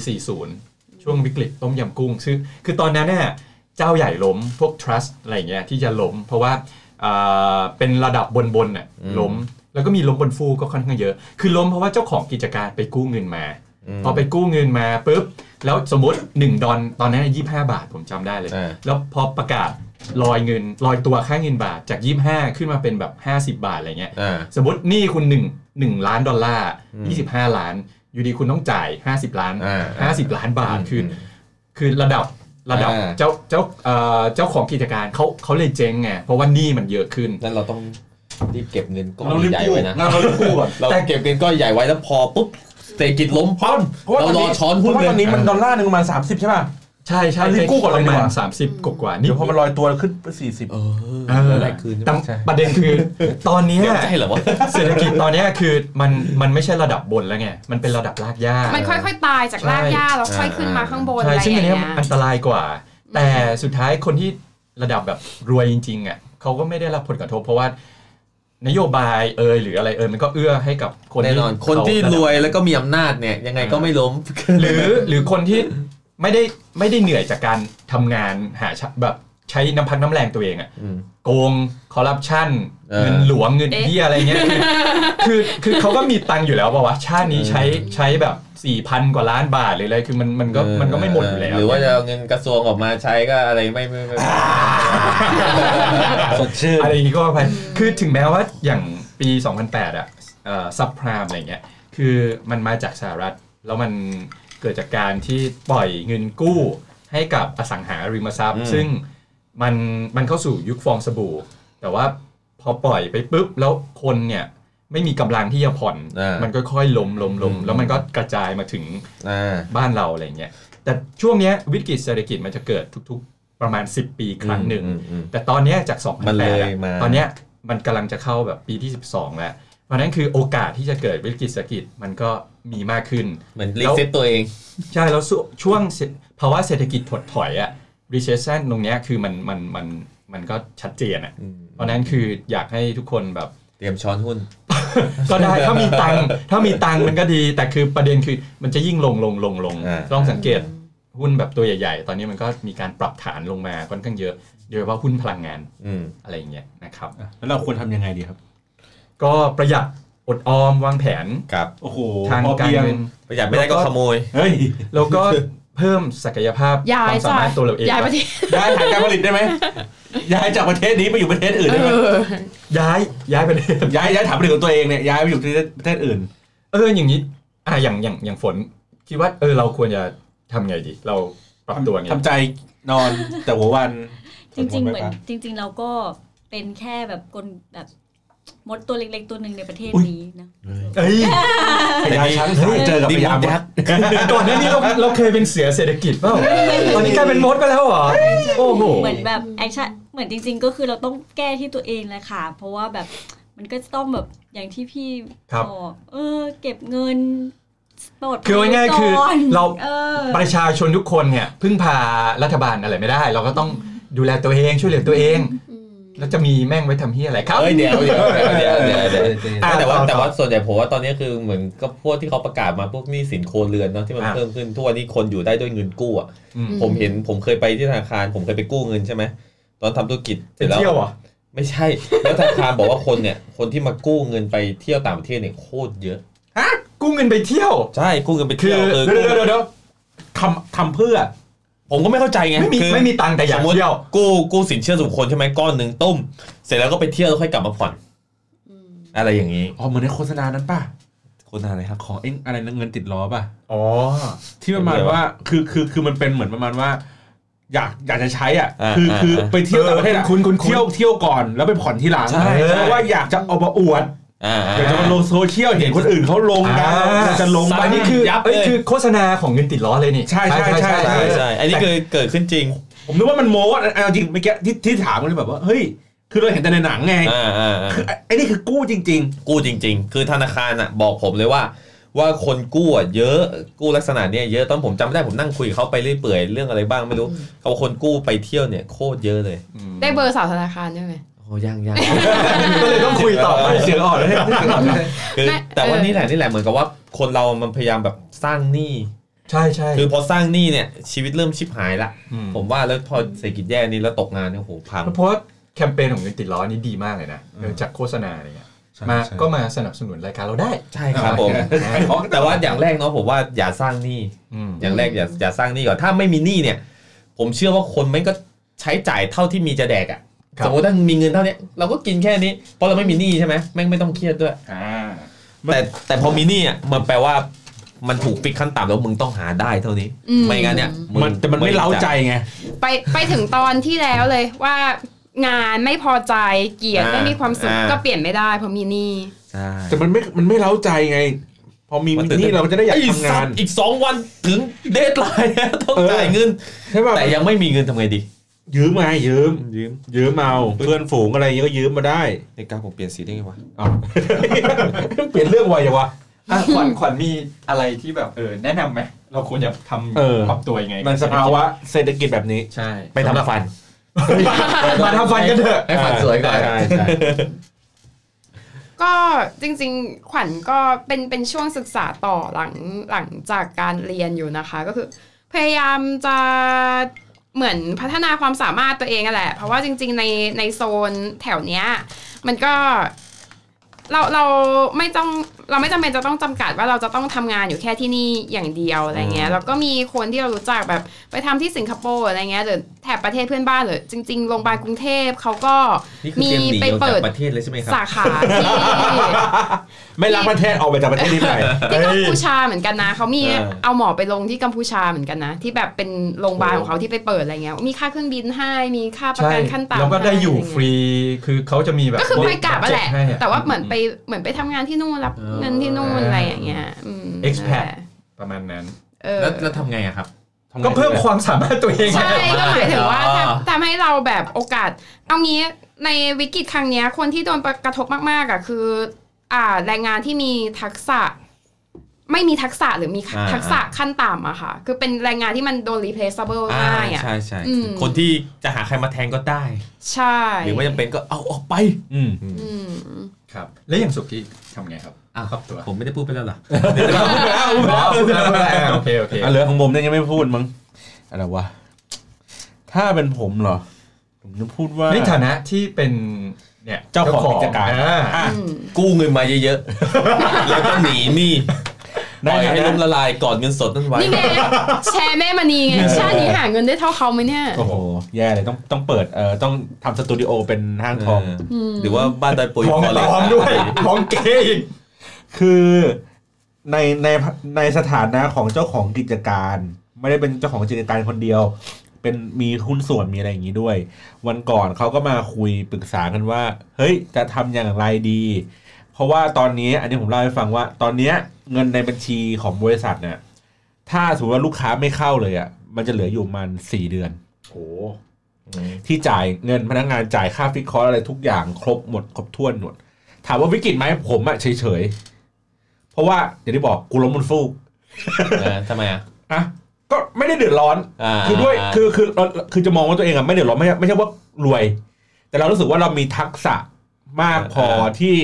Speaker 1: 40 ช่วงวิกฤตต้มยำกุ้งซึ่งคือตอนนั้นเนี่ยเจ้าใหญ่ล้มพวก trust อะไรเงี้ยที่จะล้ม เพราะว่าอ่าเป็นระดับบนบนน่ะ
Speaker 2: อืม
Speaker 1: ล้ม แล้วก็มีล้มบนฟูกก็ค่อนข้างเยอะ คือล้มเพราะว่าเจ้าของกิจการไปกู้เงินมา
Speaker 2: ม
Speaker 1: พอไปกู้เงินมาปุ๊บแล้วสมมติ 1 ดอลตอนนั้น 25 บาทผมจำได้เลย
Speaker 2: อ่า
Speaker 1: แล้วพอประกาศลอยเงินลอยตัวค่าเงินบาทจาก 25 ขึ้นมาเป็นแบบ 50 บาทอะไรเงี้ย
Speaker 2: อ่า
Speaker 1: สมมติหนี่คุณ1 1ล้านดอลลาร์
Speaker 2: อืม
Speaker 1: 25 ล้าน อยู่ดีคุณต้องจ่าย 50 ล้าน
Speaker 2: อ่า
Speaker 1: 50 ล้านบาทคือ
Speaker 2: ม
Speaker 1: คือระดับระดับ
Speaker 2: อ่า
Speaker 1: เจ้าเจ้าเอ่อเจ้าของกิจการเขาเขาเลยเจ๊งไงเพราะว่าหนี้มันเยอะขึ้น
Speaker 2: นั่นเราต้องรีบเก็บเงินก้อน
Speaker 3: เรารีบ
Speaker 2: ใหญ่
Speaker 3: กู้
Speaker 2: ไว้นะ
Speaker 3: เรารีบกู้ก่อน
Speaker 2: เราเก็บเงินก้อนใหญ่ไว้แล้วพอปุ๊บเศรษฐกิจล้มปั๊ม
Speaker 3: เพราะว่า
Speaker 2: เรารอช้อนหุ้น
Speaker 3: เพราะ
Speaker 2: เล
Speaker 3: ว่า
Speaker 2: ย
Speaker 3: ตอนนี้มันดอลลาร์หนึ่งประมาณ30 ใช่ป่ะ
Speaker 1: ใช่ใช่
Speaker 3: รีบกู้ก่อนเลย
Speaker 1: ป
Speaker 3: ดี
Speaker 1: ระ
Speaker 3: กว่า
Speaker 1: มาณ30 กว่ากว่าๆนี่
Speaker 3: เดี๋ยวพอมันลอยตัวขึ้นไป40
Speaker 2: เอ
Speaker 1: เอ
Speaker 2: อ
Speaker 1: อ
Speaker 2: เราได้คืน
Speaker 1: แต่
Speaker 2: ใช่
Speaker 1: ประเด็นคือตอนเนี้ย
Speaker 2: ใช่เหรอวะ
Speaker 1: เศรษฐกิจตอนเนี้ยคือมันมันไม่ใช่ระดับบนแล้วไง มันเป็นระดับลากย่า
Speaker 4: มันค่อยๆตายจากรากหญ้าแล้วค่อยขึ้นมาข้างบน
Speaker 1: ใช่
Speaker 4: อะไรอ
Speaker 1: ซึ่งอั
Speaker 4: ย่า
Speaker 1: น
Speaker 4: ง
Speaker 1: เนี้ย
Speaker 4: เงี้ย
Speaker 1: อันตรายกว่า แต่สุดท้ายคนที่ระดับแบบรวยจริงๆอ่ะเขาก็ไม่ได้รับผลกระทบ เพราะว่านโยบายเอยหรืออะไรเอยมันก็เอื้อให้กับคน
Speaker 2: แน่นอน
Speaker 1: เขา
Speaker 2: คนที่รวยแล้วก็มีอำนาจเนี่ย ยังไงก็ไม่ล้ม
Speaker 1: หรือหรือคนที่ไม่ได้ไม่ได้เหนื่อยจากการทำงานหาเช้าแบบใช้น้ำพักน้ำแรงตัวเองอ่ะโกงคอร์รัปชัน
Speaker 2: เออ
Speaker 1: เงินหลวงเงิน
Speaker 4: เอ๊ะ
Speaker 1: เหี้ยอะไรเงี้ยคือคือคือเขาก็มีตังค์อยู่แล้วป่าวะชาตินี้ใช้ใช้แบบสี่พันกว่าล้านบาทหรืออะไรคือมันมันก็มันก็ไม่หมดอยู่แล้ว
Speaker 2: หรือว่าจะเอาเงินกระทรวงออกมาใช้ก็อะไรไม่ไม่ไม่ไม่
Speaker 3: สดชื่น
Speaker 1: อะไรอย่างนี้ก็ว่าไปคือถึงแม้ว่าอย่างปี 2008 อ่ะซับพรามอะไรเงี้ย คือมันมาจากสหรัฐ แล้วมันเกิดจากการที่ปล่อยเงินกู้ให้กับอสังหาริมทรัพย์ ซึ่งมันมันเข้าสู่ยุคฟองสบู่ แต่ว่าพอปล่อยไปปุ๊บ แล้วคนเนี่ยไม่มีกำลังที่จะผ่อน มันก็ค่อยล้มล้มล้มแล้วมันก็กระจายมาถึง
Speaker 2: อ่า
Speaker 1: บ้านเราอะไรเงี้ย แต่ช่วงเนี้ยวิกฤตเศรษฐกิจมันจะเกิดทุกๆ ประมาณ 10 ปีครั้งหนึ่ง
Speaker 2: อืมอืมอืม
Speaker 1: แต่ตอนเนี้ยจาก2 0 0
Speaker 2: มันเลยมา
Speaker 1: ตอนเนี้ยมันกำลังจะเข้าแบบปีที่ 12 แล้ว เพราะฉะนั้นคือโอกาสที่จะเกิดวิกฤตเศรษฐกิจมันก็มีมากขึ้น
Speaker 2: เหมือนรีเซ็ตตัวเอง
Speaker 1: ใช่ แล้วสช่วงเศรษภาวะเศรษฐกิจถดถอยอะ recession ตรงเนี้ยคือมันมันมันมันก็ชัดเจนอะ
Speaker 2: อืม
Speaker 1: เพราะฉะนั้นคืออยากให้ทุกคนแบบ
Speaker 2: เตรียมช้อนหุ้น
Speaker 1: ก็ได้ถ้ามีตั
Speaker 2: *laughs*
Speaker 1: งค์ถ้ามีตังค์มันก็ดี แต่คือประเด็นคือมันจะยิ่งลงลงลงลง
Speaker 2: อ่า
Speaker 1: ต้องสังเกตหุ้นแบบตัวใหญ่ๆ ตอนนี้มันก็มีการปรับฐานลงมาค่อนข้างเยอะโดยเฉพาะหุ้นพลังงาน
Speaker 2: อืม
Speaker 1: อะไรอย่างเงี้ยนะครับ
Speaker 3: แล้วเราควรทำยังไงดีครับ
Speaker 1: ก็ประหยัดอดออมวางแผน
Speaker 2: ครับ
Speaker 3: โอ้โห
Speaker 1: ทาง
Speaker 3: พอ
Speaker 1: การ
Speaker 3: เพียง
Speaker 1: เงิน
Speaker 2: ประหยัดไม่ได้ก็
Speaker 1: แล้วก็
Speaker 2: ขโมย
Speaker 3: เฮ้ย
Speaker 1: แล้วก็เพิ่มศักยภาพ
Speaker 4: ย้ายว
Speaker 1: คามสา
Speaker 4: จ้ะ
Speaker 1: มารถตัวเราเอง
Speaker 4: ย้ายประเทศ
Speaker 3: ย้ายฐานการผลิตได้ไหมย้ายจากประเทศนี้ไปอยู่ประเทศอื่น
Speaker 4: เอ
Speaker 3: ได้ไหม
Speaker 4: อ
Speaker 1: ย้ายย้ายประเทศ
Speaker 3: ย้ายย้ายฐานผลิตของตัวเองเนี่ยย้ายไปอยู่ที่ประเทศอื่น
Speaker 1: *laughs* เอออย่างนี้อ่ะอย่างอย่างอย่างฝนคิดว่าเออเราควรจะทำไงดี เราปรับตัวไง
Speaker 3: ทำใจนอน แต่หัววัน
Speaker 5: จริง ๆ
Speaker 3: ท
Speaker 5: เหมือน
Speaker 3: ไว้ปะ
Speaker 5: จริง ๆ เราก็เป็นแค่แบบกลแบบมดตัวเล็กๆตัวหนึ่งในประเทศ
Speaker 3: อุ๊ย
Speaker 5: นี้นะ
Speaker 1: เอ้ย
Speaker 3: พญาช้างสายเจอกับพญามด
Speaker 1: ก่อนหน้านี้เราเราเคยเป็นเสือเศรษฐกิจเปล่าตอนนี้กลายเป็นมดไปแล้วเหรอ โอ้โห
Speaker 5: เหมือนแบบแอคชั่นเหมือนจริง ๆ ก็คือเราต้องแก้ที่ตัวเองแหละค่ะ เพราะว่าแบบมันก็จะต้องแบบอย่างที่พี่
Speaker 1: ครับ
Speaker 5: อกเออ เก็บเงินปลด
Speaker 1: คือง่ายๆคือ
Speaker 5: ก่น
Speaker 1: เรา
Speaker 5: เออ
Speaker 1: ประชาชนทุกคนเนี่ยพึ่งพารัฐบาลอะไรไม่ได้ เราก็ต้องดูแลตัวเองช่วยเหลือตัวเอง
Speaker 4: อืม
Speaker 1: แล้วจะมีแม่งไว้ทำเฮียอะไรครับ
Speaker 2: เอ้ยเดี๋ยวเดี๋ยวเดี๋ยวเดี๋ยวเดี๋ยวเดี๋ยว
Speaker 1: อ่ะ
Speaker 2: แต่ว่า
Speaker 1: ต่อต่อ
Speaker 2: แต่ว่าส่วนใหญ่ผมว่าตอนนี้คือเหมือนก็พวกที่เขาประกาศมาพวกหนี้สินโครวเรือนเนาะที่มัน
Speaker 1: อ่ะ
Speaker 2: เพิ่มขึ้นทุกวันนี้คนอยู่ได้ด้วยเงินกู้อ่ะ
Speaker 1: อืม
Speaker 2: ผมเห็นผมเคยไปที่ธนาคาร ผมเคยไปกู้เงินใช่ไหมตอนทำธุรกิจเส
Speaker 1: ไป
Speaker 2: ร็จแล้ว
Speaker 1: เที่ยวเหรอ่ะ
Speaker 2: ไม่ใช่ แล้วธนาคารบอกว่าคนเนี่ยคนที่มากู้เงินไปเที่ยวต่างประเทศเนี่ยโคตรเยอะ
Speaker 1: ฮะกู้เงินไปเที่ยว
Speaker 2: ใช่กู้เงินไป
Speaker 1: คื
Speaker 2: เที่
Speaker 1: อ
Speaker 2: ยวเออ
Speaker 1: เดี๋ยวเดี๋ยวเดี๋ยวเดี๋ยว
Speaker 3: ทำทำเพื่อ
Speaker 2: ผมก็ไม่เข้าใจไง
Speaker 1: ไม่มี
Speaker 2: คือ
Speaker 1: ไม่มีตังค์แต่อยาก
Speaker 2: สมมติ
Speaker 1: เที่ยว
Speaker 2: กู้กู้สินเชื่อส่วนบุคคลใช่ไหมก้อนหนึ่งตุ้ม เสร็จแล้วก็ไปเที่ยวแล้วค่อยกลับมาผ่อน
Speaker 5: อืม
Speaker 2: อะไรอย่างนี้
Speaker 3: อ๋อเหมือนในโฆษณานั้นป่ะ
Speaker 2: โคตรอะไรครับ
Speaker 3: ของเอ็งอะไรนะเงินติดล้อป่ะ
Speaker 1: อ๋อ
Speaker 3: ที่ประมาณ
Speaker 2: เห็นเลย
Speaker 3: ว่าคือคือคือมันเป็นเหมือนประมาณว่า อยากอยากจะใช้อ่ะ
Speaker 2: อ่า
Speaker 3: คือคือ
Speaker 2: อ่า
Speaker 3: ไปเที่ยวต่างประเทศอะ
Speaker 1: เออคุ้นคุ้นคุ้น
Speaker 3: เที่ยวเที่ยวก่อนแล้วไปผ่อนที่หลัง
Speaker 2: ใช่
Speaker 3: เพราะว่าอยากจะเอามาอวด
Speaker 2: อ่า
Speaker 3: อยากจะมาลงโซเชียลเห็นคนอื่นเขาลงกันอยากจะลง
Speaker 1: ไป
Speaker 3: บ้าง
Speaker 1: นี่คือ
Speaker 2: ยับเลย
Speaker 1: เอ้ยคือโฆษณาของเงินติดล้อเลยนี่
Speaker 3: ใช่ใช่ใช่
Speaker 2: ใช่ใช่อันนี้คือเกิดขึ้นจริง
Speaker 3: ผมนึกว่ามันโม้อ่ะเอาจริงเมื่อกี้ที่ที่ถามก็เลยแบบว่าเฮ้ยคือเราเห็นแต่ในหนังไง
Speaker 2: อ่าอ่าอ่า
Speaker 3: คือไอ้นี่คือกู้จริง
Speaker 2: กู้จริง ๆ คือธนาคารอ่ะบอกผมเลยว่า ว่าคนกู้อ่ะเยอะกู้ลักษณะเนี้ยเยอะตอนผมจำไม่ได้ผมนั่งคุยกับเขาไปเรื่อยเปื่อยเรื่องอะไรบ้างไม่รู้เขาบอกคนกู้ไปเที่ยวเนี่ยโคตรเยอะเลย
Speaker 1: อืม
Speaker 4: ได้เบอร์สาวธนาคารใช่ไหม
Speaker 2: โอ้ยังยัง
Speaker 1: ก็เลยต้องคุยต่อไปเสียงอ่อนเลย
Speaker 2: คือ
Speaker 4: ไม่
Speaker 2: แต่ว่า
Speaker 4: เออ
Speaker 2: นี่แหละนี่แหละเหมือนกับว่าคนเรามันพยายามแบบสร้างหนี้
Speaker 1: ใช่ใช่
Speaker 2: คือพอสร้างหนี้เนี่ยชีวิตเริ่มชิบหายละ
Speaker 1: อืม
Speaker 2: ผมว่าแล้วพอเศรษฐกิจแย่นี่แล้วตกงานเนี่ยโหพัง
Speaker 1: เพราะว่าแคมเปญของเงินติดล้อนี่ดีมากเลยนะเออจากโฆษณาอะไรเงี้ย
Speaker 3: ใช่
Speaker 1: มา
Speaker 3: ใช่
Speaker 1: ก็มาสนับสนุนรายการเราได้
Speaker 2: ใช่ครับผม
Speaker 3: ๆไอ้ของ
Speaker 2: แต่ว่าอย่างแรกเนาะผมว่าอย่าสร้างหนี้
Speaker 1: อืม
Speaker 2: อย่างแรกอย่าอย่าสร้างหนี้ก่อนถ้าไม่มีหนี้เนี่ย ผมเชื่อว่าคนมันก็ใช้จ่ายเท่าที่มีจะแดกอะ
Speaker 1: ครับ
Speaker 2: สมมติถ้ามีเงินเท่าเนี้ยเราก็กินแค่นี้เพราะเราไม่มีหนี้ใช่ไหมแม่งไม่ต้องเครียดด้วย
Speaker 1: อ่า
Speaker 2: แต่แต่พอมีหนี้อ่ะมันแปลว่ามันถูกฟิกขั้นต่ำแล้วมึงต้องหาได้เท่านี้
Speaker 4: อืม
Speaker 2: ไม่งั้นเนี่ยง
Speaker 3: มันแต่มันไม่เล้าใจไง
Speaker 4: ไปไปถึงตอนที่แล้วเลยว่างานไม่พอใจเกลียด
Speaker 2: อ่า
Speaker 4: ไม่มีความสุข
Speaker 2: อ่า
Speaker 4: ก็เปลี่ยนไม่ได้เพราะมีหนี่
Speaker 2: ใช่
Speaker 3: แต่มันไม่มันไม่เล้าใจไง พอมี
Speaker 2: มันตื่น
Speaker 3: นี่
Speaker 2: เต้น
Speaker 3: เราจะได้อยาก
Speaker 2: ไอ้
Speaker 3: ทำ
Speaker 2: สั
Speaker 3: งา
Speaker 2: ต
Speaker 3: น
Speaker 2: ว์อีกสองวันถึงเดทไลน์ *laughs* แล้วต้อง
Speaker 3: เออ
Speaker 2: จ่ายเงิน
Speaker 3: ใช่ป่ะ
Speaker 2: แต่ยังไม่มีเงินทำไงดี
Speaker 3: ยืมไงยืม
Speaker 2: ยืม
Speaker 3: ยืมเมาเพื่อนฝูงอะไรเงี้ยก็ยืมมาได้
Speaker 2: ในกาผมเปลี่ยนสีได้ไงวะ
Speaker 3: เอาเปลี่ยนเรื่องไวจังวะ
Speaker 1: อ่ะขวัญขวัญมีอะไรที่แบบเออแนะนำไหมเราควรจะท
Speaker 3: เออ
Speaker 1: ำปรับตัวยังไง
Speaker 3: มันสภาวะเศรษฐกิจแบบนี้
Speaker 1: ใช่
Speaker 2: ไปทำฟัน
Speaker 1: มาทำฟันกันเถอะ
Speaker 2: ให้ฟันสวยก่อน
Speaker 3: ใช่ใช่
Speaker 4: ก็จริงๆ ขวัญก็เป็นเป็นช่วงศึกษาต่อหลังหลังจากการเรียนอยู่นะคะ ก็คือพยายามจะเหมือนพัฒนาความสามารถตัวเองอะแหละ เพราะว่าจริงๆในในโซนแถวเนี้ยมันก็เราเราไม่ต้องเราไม่จำเป็นจะต้องจำกัดว่าเราจะต้องทำงานอยู่แค่ที่นี่อย่างเดียวอะไรเงี้ยแล้วก็มีคนที่เรารู้จักแบบไปทำที่สิงคโปร์อะไรเงี้ยหรือแถบประเทศเพื่อนบ้านหรือจริงๆโรงพยาบาลกรุงเทพเขาก็
Speaker 2: นี่คือ
Speaker 4: มี
Speaker 2: เตรียมหนีออก
Speaker 4: ไปเปิ
Speaker 2: จา
Speaker 4: ด
Speaker 2: กประเทศเลยใช่ไหมครั
Speaker 4: สา
Speaker 2: บ
Speaker 4: ขาที่
Speaker 3: ไม่รักประเทศออกไปจากประเทศนี้ไป
Speaker 4: ที่กัมพูชาเหมือนกันนะเขามี
Speaker 2: เออ
Speaker 4: เอาหมอไปลงที่กัมพูชาเหมือนกันนะ ที่แบบเป็นโรงพยาบาลของเขาที่ไปเปิดอะไรเงี้ยมีค่าเครื่องบินให้มีค่าประ
Speaker 1: ใช่
Speaker 4: กันขั้นต่ำ
Speaker 1: แล้วก็ได้อยู่
Speaker 4: ให้ะรเงี้
Speaker 1: ฟรีคือเขาจะมีแบบ
Speaker 4: ก็คือไปกลับอะแหละ
Speaker 1: ใช่อ
Speaker 4: แต่ว่าเหมือนไปเหมือนไปทำงานที่นู่นรับ
Speaker 2: เออ
Speaker 4: เงินที่นู่นอะไรอย่างเงี้ยอืม
Speaker 1: Expat ประมาณนั้น
Speaker 4: เออ
Speaker 2: แล้วแล้วทำไงอะครับ
Speaker 1: ก็เพิ่มความสามารถตัวเอง
Speaker 4: ใช่ก็หมายถึงว่า
Speaker 2: อ๋อ
Speaker 4: ทำทำให้เราแบบโอกาส เอางี้ในวิกฤตครั้งเนี้ยคนที่โดนกระทบมากๆอ่ะคือ อ่าแรงงานที่มีทักษะ ไม่มีทักษะหรือมี
Speaker 2: อ่า
Speaker 4: ทักษะขั้นต่ำอะค่ะ คือเป็นแรงงานที่มันโดน replaceable
Speaker 2: อ่า
Speaker 4: ง่ายอะ
Speaker 2: ใช่ใช่
Speaker 4: อืม
Speaker 2: คนที่จะหาใครมาแทนก็ได้
Speaker 4: ใช่
Speaker 2: หรือไม่จำเป็นก็เอาออกไป
Speaker 3: อืม
Speaker 4: อืม
Speaker 1: ครับ แล้วอย่างสุกี้ทำไงครับ
Speaker 2: อ้าว
Speaker 1: ครอบตัว
Speaker 2: ผมไม่ได้พูดไปแล้วเหรอ
Speaker 1: โอเคโอเค
Speaker 3: อ่ะเหลือของผมเนี่ยยังไม่พูดมั้งอะไรวะถ้าเป็นผมเหรอ ผมจะพูดว่า
Speaker 1: ในฐานะที่เป็นเนี่ย
Speaker 3: เจ้าของกิจการ
Speaker 1: อ่
Speaker 3: อ่ะ
Speaker 4: อืม
Speaker 2: กู้เงินมาเยอะ
Speaker 3: *laughs*
Speaker 2: ๆ แล้วก็หนีหนี้ป
Speaker 3: ได้
Speaker 2: ล่อย
Speaker 3: ไง
Speaker 2: ให้ล้ม
Speaker 3: นะ
Speaker 2: ละลายกอดเงินสดนั่นไว้
Speaker 4: นี่ไงแชร์แม่มณีไงชาตินี้หาเงินได้เท่าเขาไหมเนี่ย
Speaker 3: โอ้โหแย่เลยต้องต้องเปิดเอ่อต้องทำสตูดิโอเป็นห้างทอง
Speaker 2: เออ
Speaker 4: อืม
Speaker 2: หรือว่าบ้านดอยปุ๋ย
Speaker 1: ท้อง
Speaker 2: พอ
Speaker 1: ป
Speaker 2: เล
Speaker 1: ล
Speaker 2: ย
Speaker 1: อมด้วยท้องเกย์อีก
Speaker 3: คือในในในสถานะของเจ้าของกิจการ ไม่ได้เป็นเจ้าของกิจการคนเดียว เป็นมีหุ้นส่วนมีอะไรอย่างนี้ด้วย วันก่อนเขาก็มาคุยปรึกษากันว่า เฮ้ยจะทำอย่างไรดี เพราะว่าตอนนี้อันนี้ผมเล่าให้ฟังว่า ตอนเนี้ยเงินในบัญชีของบริษัทเนี่ยถ้าสมมติว่าลูกค้าไม่เข้าเลยอะ่ะมันจะเหลืออยู่ประมันสี่เดือน
Speaker 1: โอ้
Speaker 3: ที่จ่ายเงินพนักงานจ่ายค่าฟิกคอร์อะไรทุกอย่างครบหมดครบถ้วนหมดถามว่าวิกฤตไหมผมอะเฉยๆ เพราะว่าอย่างที่บอกกูล้มบนฟูก
Speaker 2: เออทำไมอ่ะ
Speaker 3: อะก็ไม่ได้เดือดร้อน
Speaker 2: า
Speaker 3: คือด้วยคือคือคือคือจะมองว่าตัวเองอะไม่เดือดร้อนไม่ใช่ไม่ใช่ว่ารวย แ แต่เรารู้สึกว่าเรามีทักษะมากพอ
Speaker 2: เออ
Speaker 3: ที่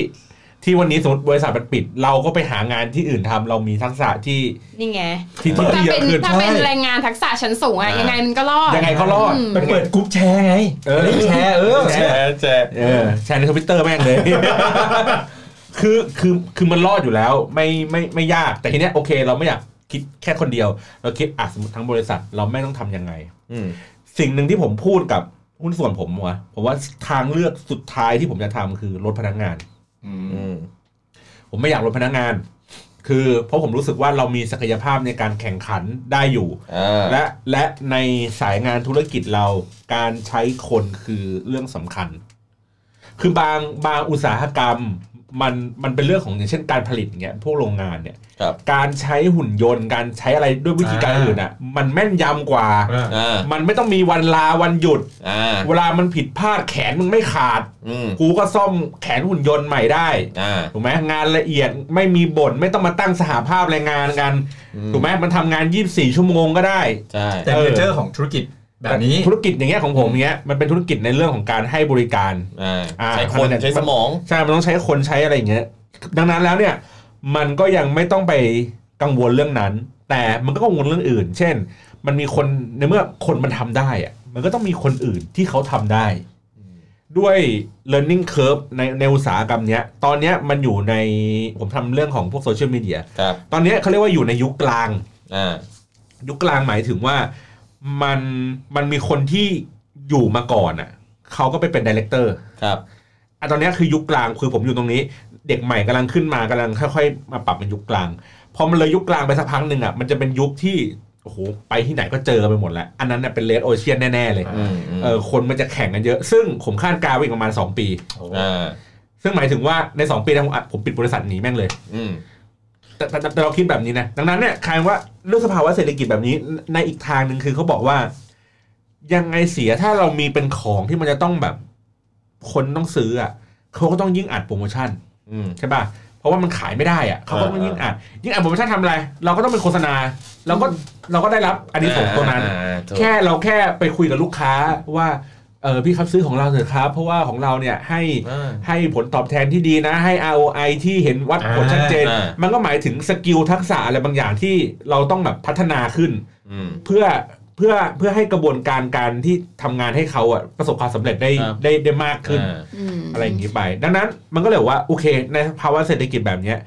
Speaker 3: ที่วันนี้สมมติบริษัทมันปิด เราก็ไปหางานที่อื่นทำเรามีทักษะที่
Speaker 4: นี่ไง
Speaker 3: ที่ที่
Speaker 4: ถ้า
Speaker 3: เย
Speaker 4: เป็
Speaker 3: อะ
Speaker 4: น
Speaker 3: ขึ้น
Speaker 4: ถ้าเป็น
Speaker 3: ใช่
Speaker 4: แรงงานทักษะชั้นสูงอะ
Speaker 2: อ่ายั
Speaker 4: ยังไงมันก็รอด
Speaker 3: ยังไงก็รอด
Speaker 4: อืม
Speaker 1: ไปเปิดกรุ๊ปแชร์ไง
Speaker 3: เออ
Speaker 1: รีบแชร์เออ
Speaker 2: แชร์แชร์
Speaker 3: เออแชร์ในทวิตเตอร์แม่งเลย *laughs* คือคือคือมันรอดอยู่แล้วไม่ไม่ไม่ยากแต่ทีเนี้ยโอเค เราไม่อยากคิดแค่คนเดียว เราคิดอ่ะสมมติทั้งบริษัทเราไม่ต้องทำยังไง
Speaker 2: อืม
Speaker 3: สิ่งหนึ่งที่ผมพูดกับหุ้นส่วนผมวะผมว่าทางเลือกสุดท้ายที่ผมจะทำคือลดพนักงาน
Speaker 2: อืม
Speaker 3: ผมไม่อยากลดพนักงาน คือเพราะผมรู้สึกว่าเรามีศักยภาพในการแข่งขันได้อยู่
Speaker 2: อ่า
Speaker 3: และและในสายงานธุรกิจเราการใช้คนคือเรื่องสำคัญ คือบางบางอุตสาหกรรมมันมันเป็นเรื่องของอย่างเช่นการผลิตเงี้ยพวกโรงงานเนี่ย
Speaker 2: ครับ
Speaker 3: การใช้หุ่นยนต์ การใช้อะไรด้วยวิธีการ
Speaker 1: อ่า
Speaker 3: อื่นอ่ะมันแม่นยำกว่า
Speaker 2: อ่า
Speaker 3: มันไม่ต้องมีวันลาวันหยุด
Speaker 2: อ่า
Speaker 3: เวลามันผิดพลาดแขนมึงไม่ขาด
Speaker 2: อืม
Speaker 3: กูก็ซ่อมแขนหุ่นยนต์ใหม่ได้
Speaker 2: อ่า
Speaker 3: ถูกไหมงานละเอียดไม่มีบ่นไม่ต้องมาตั้งสหภาพแรงงานกัน
Speaker 2: อืม
Speaker 3: ถูกไหมมันทำงาน 24 ชั่วโมงก็ได้
Speaker 2: ใช่
Speaker 1: แต่เจอร์ของธุรกิจแบบนี้
Speaker 3: ธุรกิจอย่างเงี้ยของผมเงี้ยมันเป็นธุรกิจในเรื่องของการให้บริการ
Speaker 2: อ่า
Speaker 3: อ่า
Speaker 2: ใช้คนใช้สมอง
Speaker 3: ใช่ มันต้องใช้คนใช้อะไรอย่างเงี้ย ดังนั้นแล้วเนี่ยมันก็ยังไม่ต้องไปกังวลเรื่องนั้น แต่มันก็กังวลเรื่องอื่น เช่น มันมีคนในเมื่อคนมันทำได้อะมันก็ต้องมีคนอื่นที่เขาทำได้ ด้วย learning curve ในในอุตสาหกรรมเนี้ยตอนเนี้ยมันอยู่ในผมทำเรื่องของพวกโซเชียลมีเดีย
Speaker 2: ครับ
Speaker 3: ตอนเนี้ยเขาเรียกว่าอยู่ในยุคกลาง
Speaker 2: อ่า
Speaker 3: ยุคกลางหมายถึงว่ามันมันมีคนที่อยู่มาก่อนอ่ะเขาก็ไปเป็นดีเลกเตอร์
Speaker 2: ครับ
Speaker 3: อ่ะตอนเนี้ยคือยุคกลางคือผมอยู่ตรงนี้ เด็กใหม่กำลังขึ้นมากำลังค่อยๆมาปรับเป็นยุคกลางพอมันเลยยุคกลางไปสักพักหนึ่งอ่ะมันจะเป็นยุคที่โอ้โหไปที่ไหนก็เจอไปหมดแล้ว อันนั้นน่ะเป็นเลดโอเชียนแน่ๆเลย
Speaker 2: อืมอืม
Speaker 3: เออคนมันจะแข่งกันเยอะ ซึ่งผมคาดการณ์ไว้อีกประมาณ 2 ปี
Speaker 2: อ่า
Speaker 3: ซึ่งหมายถึงว่าใน 2 ปีนั้นผมอ่ะผมปิดบริษัทหนีแม่งเลย
Speaker 2: อืม
Speaker 3: แต่แต่แต่เราคิดแบบนี้นะ ดังนั้นเนี่ยใครว่าเรื่องสภาวะเศรษฐกิจแบบนี้ในในอีกทางหนึ่งคือเขาบอกว่า ยังไงเสียถ้าเรามีเป็นของที่มันจะต้องแบบ คนต้องซื้ออ่ะเขาก็ต้องยิ่งอัดโปรโมชั่น
Speaker 2: อืม
Speaker 3: ใช่ป่ะเพราะว่ามันขายไม่ได้อ่ะเขาก็ต้อง
Speaker 2: อ่า
Speaker 3: ยิ่งอัดยิ่งอัดโปรโมชั่นทำอะไร เราก็ต้องเป็นโฆษณาเราก็เราก็ได้รับอันนี้สงส์ตรงนั้น
Speaker 2: าอ่าถูก
Speaker 3: แค่เราแค่ไปคุยกับลูกค้าว่าเออพี่ครับซื้อของเราเถอะครับ เพราะว่าของเราเนี่ยให้
Speaker 2: อ่า
Speaker 3: ให้ผลตอบแทนที่ดีนะ ให้ ROI ที่เห็นวัดผลชัดเจน
Speaker 2: อ่า
Speaker 3: มันก็หมายถึงสกิลทักษะอะไรบางอย่างที่เราต้องแบบพัฒนาขึ้น
Speaker 2: อืม
Speaker 3: เพื่อเพื่อเพื่อให้กระบวนการการที่ทำงานให้เขาอะประสบความสำเร็จได้
Speaker 2: ครับ
Speaker 3: ได้ได้มากขึ้น
Speaker 2: อ่า
Speaker 4: อืม
Speaker 3: อะไรอย่างนี้ไป ดังนั้นมันก็เลยบอกว่า โอเค ในภาวะเศรษฐกิจแบบเนี้ย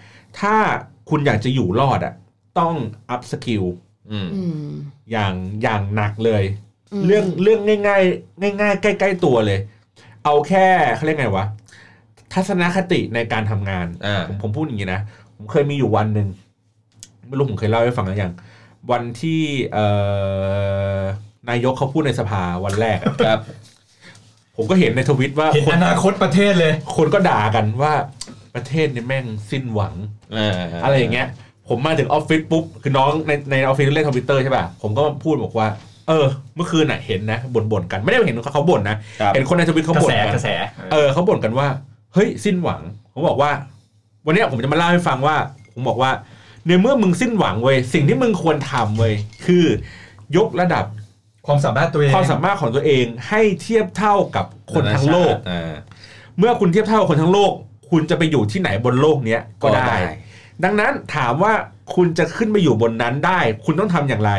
Speaker 3: ถ้าคุณอยากจะอยู่รอดอะต้องอัพสกิล
Speaker 2: อืม
Speaker 4: อืม
Speaker 3: อย่างอย่างหนักเลย
Speaker 4: ม
Speaker 3: เรื่องเรื่องง่ายๆ ง่าย ๆ ใกล้ ๆ ตัวเลย เอาแค่เขาเรียกไงวะ ทัศนคติในการทำงาน
Speaker 2: อ่า
Speaker 3: ผมผมพูดอย่างนี้นะ ผมเคยมีอยู่วันหนึ่งไม่รู้ผมเคยเล่าให้ฟังหรือยัง วันที่เอ่อนายกเขาพูดในสภาวันแรกอะ
Speaker 2: ครับ
Speaker 3: ผมก็เห็นในทวิตว่า
Speaker 1: เห็น
Speaker 3: คน
Speaker 1: อนาคตประเทศเลย
Speaker 3: คนก็ด่ากันว่าประเทศเนี่ยแม่งสิ้นหวัง
Speaker 2: อ่า
Speaker 3: อะไรอย่างเงี้ย ผมมาถึงออฟฟิศปุ๊บ คือน้องในในออฟฟิศเล่นทวิตเตอร์ใช่ป่ะ ผมก็พูดบอกว่า เออ เมื่อคืนน่ะเห็นนะบ่นๆกัน ไม่ได้เห็นเขาบ่นนะ
Speaker 2: ครับ
Speaker 3: เห็นคนในทวิตเขา
Speaker 1: กระ
Speaker 3: บ่น
Speaker 1: แส
Speaker 3: กั
Speaker 1: ก
Speaker 3: น
Speaker 1: ระแส
Speaker 3: เออเขาบ่นกันว่า เฮ้ย สิ้นหวัง ผมบอกว่า วันเนี้ยผมจะมาเล่าให้ฟังว่า ผมบอกว่า ในเมื่อมึงสิ้นหวังเว้ย สิ่งที่มึงควรทำเว้ย คือยกระดับ
Speaker 1: ความสามารถตัวเอง
Speaker 3: ความสามารถของตัวเองให้เทียบเท่ากับคนทั้งโลก
Speaker 2: อ่า
Speaker 3: เมื่อคุณเทียบเท่ากับคนทั้งโลก คุณจะไปอยู่ที่ไหนบนโลกเนี้ยก็ได้ ดังนั้นถามว่าคุณจะขึ้นไปอยู่บนนั้นได้ คุณต้องทำอย่างไร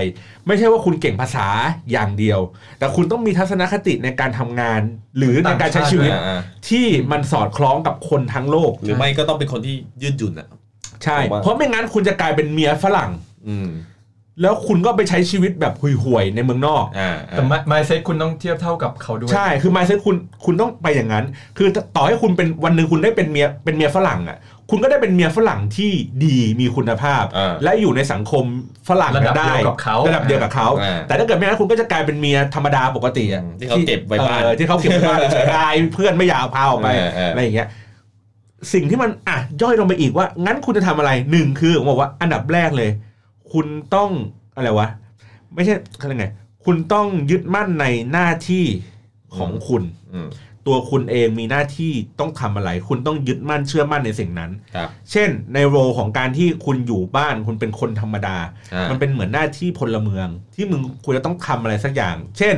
Speaker 3: ไม่ใช่ว่าคุณเก่งภาษาอย่างเดียว แต่คุณต้องมีทัศนคติในการทำงาน หรือในการใช้ชีวิต
Speaker 2: อ่าอ่า
Speaker 3: ที่มันสอดคล้องกับคนทั้งโลก
Speaker 2: หรือไม่ก็ต้องเป็นคนที่ยืดหยุ่นอ่ะ
Speaker 3: ใช่
Speaker 2: ผมว่า
Speaker 3: เพราะไม่งั้นคุณจะกลายเป็นเมียฝรั่ง
Speaker 2: อืม
Speaker 3: แล้วคุณก็ไปใช้ชีวิตแบบห่วยๆในเมืองนอก
Speaker 2: อ่า
Speaker 1: แต่
Speaker 2: อ่า
Speaker 1: ไมเซ็ตคุณต้องเทียบเท่ากับเขาด้วย
Speaker 3: ใช่คือ mindset คุณคุณต้องไปอย่างนั้น คือต่อให้คุณเป็นวันหนึ่งคุณได้เป็นเมียเป็นเมียฝรั่งอ่ะคุณก็ได้เป็นเมียฝรั่งที่ดีมีคุณภาพ
Speaker 2: อ่า
Speaker 3: และอยู่ในสังคมฝรั่ง
Speaker 1: ระดับ
Speaker 3: ได้
Speaker 1: เดียวกับเขา
Speaker 3: ระดับเดียวกับเขา
Speaker 2: อ่า
Speaker 3: แต่ถ้าเกิดไม่งั้นคุณก็จะกลายเป็นเมียธรรมดาปกติอะ
Speaker 2: ที่เขาเก็บไว้บ้าน
Speaker 3: เออที่เขาเก็บไว้
Speaker 2: *laughs*
Speaker 3: บ้านเฉยๆอายเพื่อนไม่อยากพาออกไป
Speaker 2: เออเอออ
Speaker 3: อะไรอย่างเงี้ย สิ่งที่มันอ่ะย่อยลงไปอีกว่า งั้นคุณจะทำอะไรหนึ่งคือผมบอกว่าอันดับแรกเลย คุณต้องอะไรวะ ไม่ใช่เขาเรียกไง คุณต้องยึดมั่นในหน้าที่ของคุณ
Speaker 2: อืม
Speaker 3: ตัวคุณเองมีหน้าที่ต้องทำอะไร คุณต้องยึดมั่นเชื่อมั่นในสิ่งนั้น
Speaker 2: ครับ
Speaker 3: เช่น ในโรของการที่คุณอยู่บ้าน คุณเป็นคนธรรมดา
Speaker 2: อ่า
Speaker 3: มันเป็นเหมือนหน้าที่พลเมือง ที่มึงควรจะต้องทำอะไรสักอย่าง เช่น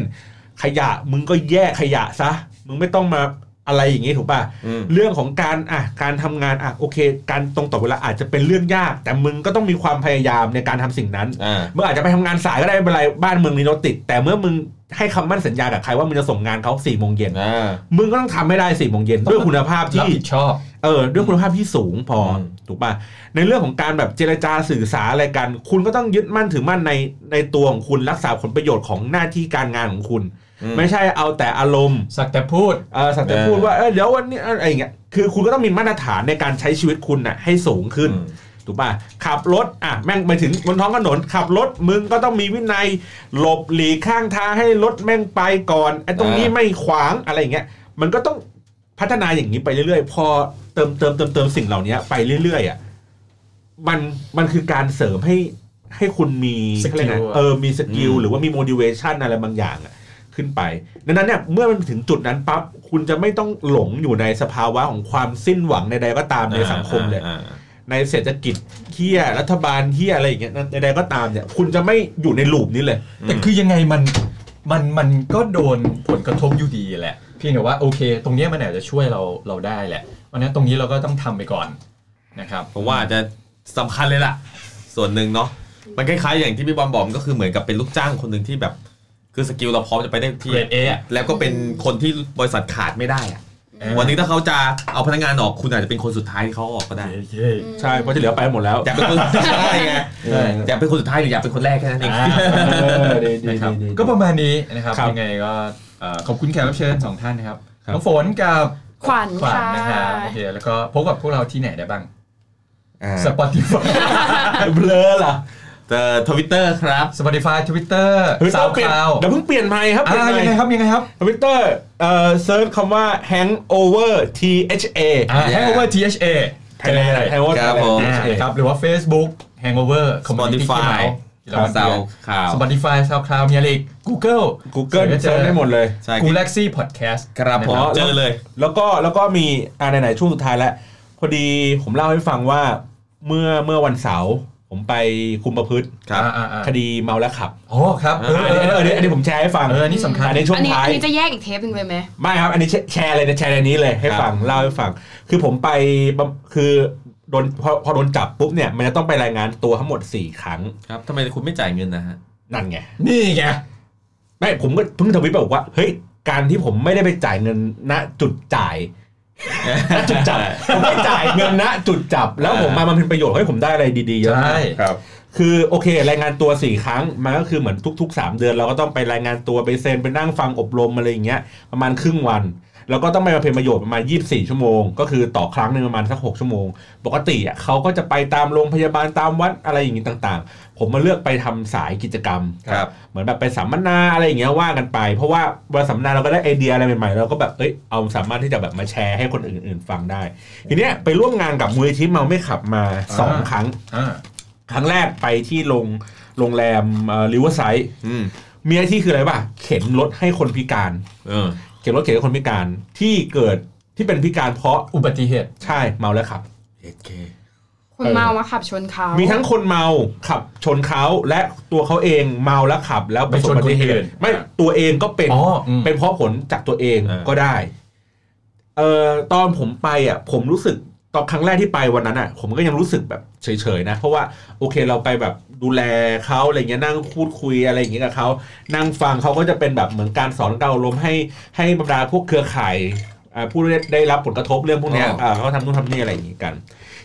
Speaker 3: ขยะมึงก็แยกขยะซะ มึงไม่ต้องมาอะไรอย่างงี้ถูกป่ะ
Speaker 2: อืม
Speaker 3: เรื่องของการอ่ะการทำงานอ่ะโอเค การตรงต่อเวลาอาจจะเป็นเรื่องยาก แต่มึงก็ต้องมีความพยายามในการทำสิ่งนั้น
Speaker 2: อ่า
Speaker 3: มึงอาจจะไปทำงานสายก็ได้ไม่เป็นไรบ้านเมืองนี้รถติด แต่เมื่อมึงให้คำมั่นสัญญากับใครว่ามึงจะส่งงานเขาสี่โมงเย็น
Speaker 2: อ่า
Speaker 3: มึงก็ต้องทำให้ได้สี่โมงเย็นด้วยคุณภาพ
Speaker 1: รับ
Speaker 3: ที่
Speaker 1: ผิดชอบ
Speaker 3: เออด้วยคุณภาพที่สูงพออ
Speaker 2: ม
Speaker 3: ถูกป่ะในเรื่องของการแบบเจรจาสื่อสารอะไรกัน คุณก็ต้องยึดมั่นถือมั่นในในตัวของคุณรักษาผลประโยชน์ของหน้าที่การงานของคุณ
Speaker 2: อื
Speaker 3: ไม่ใช่เอาแต่อารมณ์
Speaker 1: สักแต่พูด
Speaker 3: เออสัตว์จะพูดว่าเออเดี๋ยววันนี้อะไรอย่างเงี้ยคือคุณก็ต้องมีมาตรฐานในการใช้ชีวิตคุณน่ะให้สูงขึ้น
Speaker 2: อืม
Speaker 3: ถูกป่ะขับรถอ่ะแม่งไปถึงบนท้องถนนขับรถมึงก็ต้องมีวินัยหลบหลีกข้างทางให้รถแม่งไปก่อนไอ้ตรงนี้
Speaker 2: อ่า
Speaker 3: ไม่ขวางอะไรอย่างเงี้ยมันก็ต้องพัฒนาอย่างนี้ไปเรื่อยๆ พอเติมเติมเติมเติมสิ่งเหล่านี้ไปเรื่อยๆอ่ะมันมันคือการเสริมให้ให้คุณมี
Speaker 1: ส
Speaker 3: เขา
Speaker 1: กิล
Speaker 3: เรียกไง
Speaker 1: อะ
Speaker 3: เออมีสกิลหรือว่ามี motivation อะไรบางอย่างอ่ะ ขึ้นไป ดังนั้นเนี่ยเมื่อมันถึงจุดนั้นปั๊บคุณจะไม่ต้องหลงอยู่ในสภาวะของความสิ้นหวังใดๆก็ตามในสังคมเลย
Speaker 2: อ่า
Speaker 3: ในเศรษฐกิจเฮียรัฐบาลเฮียอะไรอย่างเงี้ยใดๆก็ตามเนี่ย คุณจะไม่อยู่ในลูปนี้เลย
Speaker 1: แต่คือยังไงมันมันมันก็โดนผลกระทบอยู่ดีแหละเพียงแต่ว่าโอเค ตรงเนี้ยมันอาจจะช่วยเราเราได้แหละวันนั้นตรงนี้เราก็ต้องทำไปก่อนนะครับ
Speaker 2: ผมว่าอาจจะสำคัญเลยล่ะ ส่วนหนึ่งเนาะมันคล้ายๆอย่างที่พี่บอมบอกมันก็คือเหมือนกับเป็นลูกจ้างคนหนึ่งที่แบบ คือสกิลเราพร้อมจะไปได้ทุกที่
Speaker 1: Grade A อะ
Speaker 2: แล้วก็เป็นคนที่บริษัทขาดไม่ได้อะ
Speaker 1: เออ
Speaker 2: วันนี้ถ้าเขาจะเอาพนักงานออกคุณอาจจะเป็นคนสุดท้ายที่เขาออกก็ได้
Speaker 1: เย้เย้
Speaker 3: ใช่เพราะจะเหลือไปหมดแล้ว
Speaker 2: อยากเป็นคนสุดท้ายไง
Speaker 1: ใช่
Speaker 2: อยากเป็นคนสุดท้ายหรืออยากเป็นคนแรกแค่นั้นเอง
Speaker 1: อ่านะครับ
Speaker 3: ก็
Speaker 1: ก็
Speaker 3: ป
Speaker 1: ประระ
Speaker 3: มาณ
Speaker 1: มาณนี้นะครับ
Speaker 3: ครับ
Speaker 1: ยังไงก็เอ่อขอบคุณแขกรับเชิญสองท่านนะครับ
Speaker 3: ครับ
Speaker 1: น้องฝนกับ
Speaker 4: ขวัญ
Speaker 1: ขวัญ
Speaker 4: ค่ะ
Speaker 1: นะครับโอเคแล้วก็พบกับพวกเราที่ไหนได้บ้าง
Speaker 2: อ่า
Speaker 1: Spotify *laughs*
Speaker 3: เบลอเหรอ
Speaker 2: เจอทวิตเตอร์ครับ
Speaker 1: Spotify Twitter
Speaker 3: ทวิตเตอร์เปลี่ยน
Speaker 1: SoundCloud
Speaker 3: เดี๋ยวเพิ่งเปลี่ยนใหม่ครับเป
Speaker 1: อ่า
Speaker 3: ลี่ยนใหม่
Speaker 1: ยังไงครับยังไงครับ
Speaker 3: ทวิตเตอร์เอ่อเซิร์ชคำว่า hangover tha
Speaker 1: อ่า Hangover THA
Speaker 3: ไทยแลน
Speaker 1: เจอเลย
Speaker 3: ด์ hangover
Speaker 2: ครับผม
Speaker 3: Thailand
Speaker 1: อ่าครับหรือว่า Facebook Hangover Community
Speaker 2: Spotify
Speaker 1: ที่เรา
Speaker 2: ซาวข่าว
Speaker 1: สปอติฟายซาวคลาวมีอะไรอีก Google
Speaker 3: Google
Speaker 1: ก็
Speaker 3: เซิร์ชได้หมดเลย
Speaker 2: ใช่
Speaker 1: กูแล็กซี่พอดแคสต์
Speaker 2: ครับผมเจอเลย
Speaker 3: แล้วก็แล้วก็มีอ่าไหนๆช่วงสุดท้ายแล้วพอดีผมเล่าให้ฟังว่าเมื่อเมื่อวันเสาร์ผมไปคุมประพฤติ
Speaker 2: ครับ
Speaker 3: คดีเมาแล้วขับ
Speaker 1: โอ้ครับเออ
Speaker 3: อั
Speaker 1: เอน
Speaker 3: นี้
Speaker 1: อ
Speaker 3: อัน
Speaker 1: เอ
Speaker 3: นี้
Speaker 1: อ
Speaker 3: อันนี้อัน
Speaker 1: เอ
Speaker 3: นี้
Speaker 1: อ
Speaker 3: ผมแชร์ให้ฟัง
Speaker 1: เอออันนี้สำคัญ
Speaker 3: อันนี้ช่ว
Speaker 4: อั
Speaker 3: ง
Speaker 4: นนี้
Speaker 3: ท้า
Speaker 4: อั
Speaker 3: ย
Speaker 4: นนี้จะแยกอีกเทปหนึ่งเลยไหม
Speaker 3: ไม่ครับ อันนี้แชร์แชร์เลยนะแชร์ในนี้เลยให้ฟังเล่าให้ฟัง คือผมไปบำคือโดนพอพอโดนจับปุ๊บเนี่ยมันจะต้องไปรายงานตัวทั้งหมด 4 ครั้ง
Speaker 2: ครับทำไมคุณไม่จ่ายเงินนะฮะ
Speaker 3: นั่นไง
Speaker 1: นี่ไง
Speaker 3: ไม่ผมก็เพิ่งทวิตไปบอกว่าเฮ้ยการที่ผมไม่ได้ไปจ่ายเงินณจุดจ่าย จุดจับผมไม่จ่ายเงินนะจุดจับ แล้วผมมามันเป็นประโยชน์ให้ผมได้อะไรดีๆเยอะมา
Speaker 1: ใช่
Speaker 3: ก
Speaker 2: ครับ
Speaker 3: คือโอเค รายงานตัว 4 ครั้งมันก็คือเหมือนทุก ๆ 3 เดือน เราก็ต้องไปรายงานตัวไปเซ็นไปนั่งฟังอบรมอะไรอย่างเงี้ยประมาณครึ่งวัน แล้วก็ต้องไปบำเพ็ญประโยชน์ประมาณ 24 ชั่วโมง ก็คือต่อครั้งหนึ่งประมาณสัก 6 ชั่วโมง ปกติอ่ะเขาก็จะไปตามโรงพยาบาลตามวัดอะไรอย่างงี้ต่างๆ ผมมาเลือกไปทำสายกิจกรรม
Speaker 2: ครับ
Speaker 3: เหมือนแบบไปสัมมนาอะไรอย่างเงี้ยว่ากันไป เพราะว่าวันสัมมนาเราก็ได้ไอเดียอะไรใหม่ๆเราก็แบบเอ้ยเอาสามารถที่จะแบบมาแชร์ให้คนอื่นๆฟังได้ ทีเนี้ยไปร่วมงานกับมูลนิธิเมาไม่ขับมาสองครั้ง
Speaker 1: อ่า
Speaker 3: ครั้งแรกไปที่โรงโรงแรมริเวอร์ไซด์
Speaker 2: อืม
Speaker 3: มีหน้าที่คืออะไรป่ะ เข็นรถให้คนพิการ
Speaker 2: เออ
Speaker 3: เข็นรถเข็นให้คนพิการที่เกิดที่เป็นพิการเพราะ
Speaker 1: อุบัติเหตุ
Speaker 3: ใช่เมาแล้วขับ
Speaker 2: 8K
Speaker 4: คุณ
Speaker 3: เออ
Speaker 4: เมามาขับชนเขา
Speaker 3: มี
Speaker 4: มี
Speaker 3: ทั้งคนเมาขับชนเขาและตัวเขาเองเมาแล้วขับ แล้วประสบอุบัติเหตุไม่ตัวเองก็เป็น
Speaker 1: อ๋ออืม
Speaker 3: เป็นเพราะผลจากตัวเอง
Speaker 2: เออ
Speaker 3: ก็ได้ เอ่อตอนผมไปอ่ะ ผมรู้สึกตอนครั้งแรกที่ไปวันนั้นอ่ะ ผมก็ยังรู้สึกแบบเฉยๆนะ เพราะว่าโอเคเราไปแบบดูแลเขาอะไรเงี้ยนั่งพูดคุยอะไรอย่างเงี้ยกับเขานั่งฟังเขาก็จะเป็นแบบเหมือนการสอนการอบรมให้ให้บรรดาพวกเครือข่ายอ่าผู้ได้ได้รับผลกระทบเรื่องพวกเนี้ย
Speaker 2: อ๋ออ่
Speaker 3: าเขาทำนู่นทำนี่อะไรอย่างงี้กัน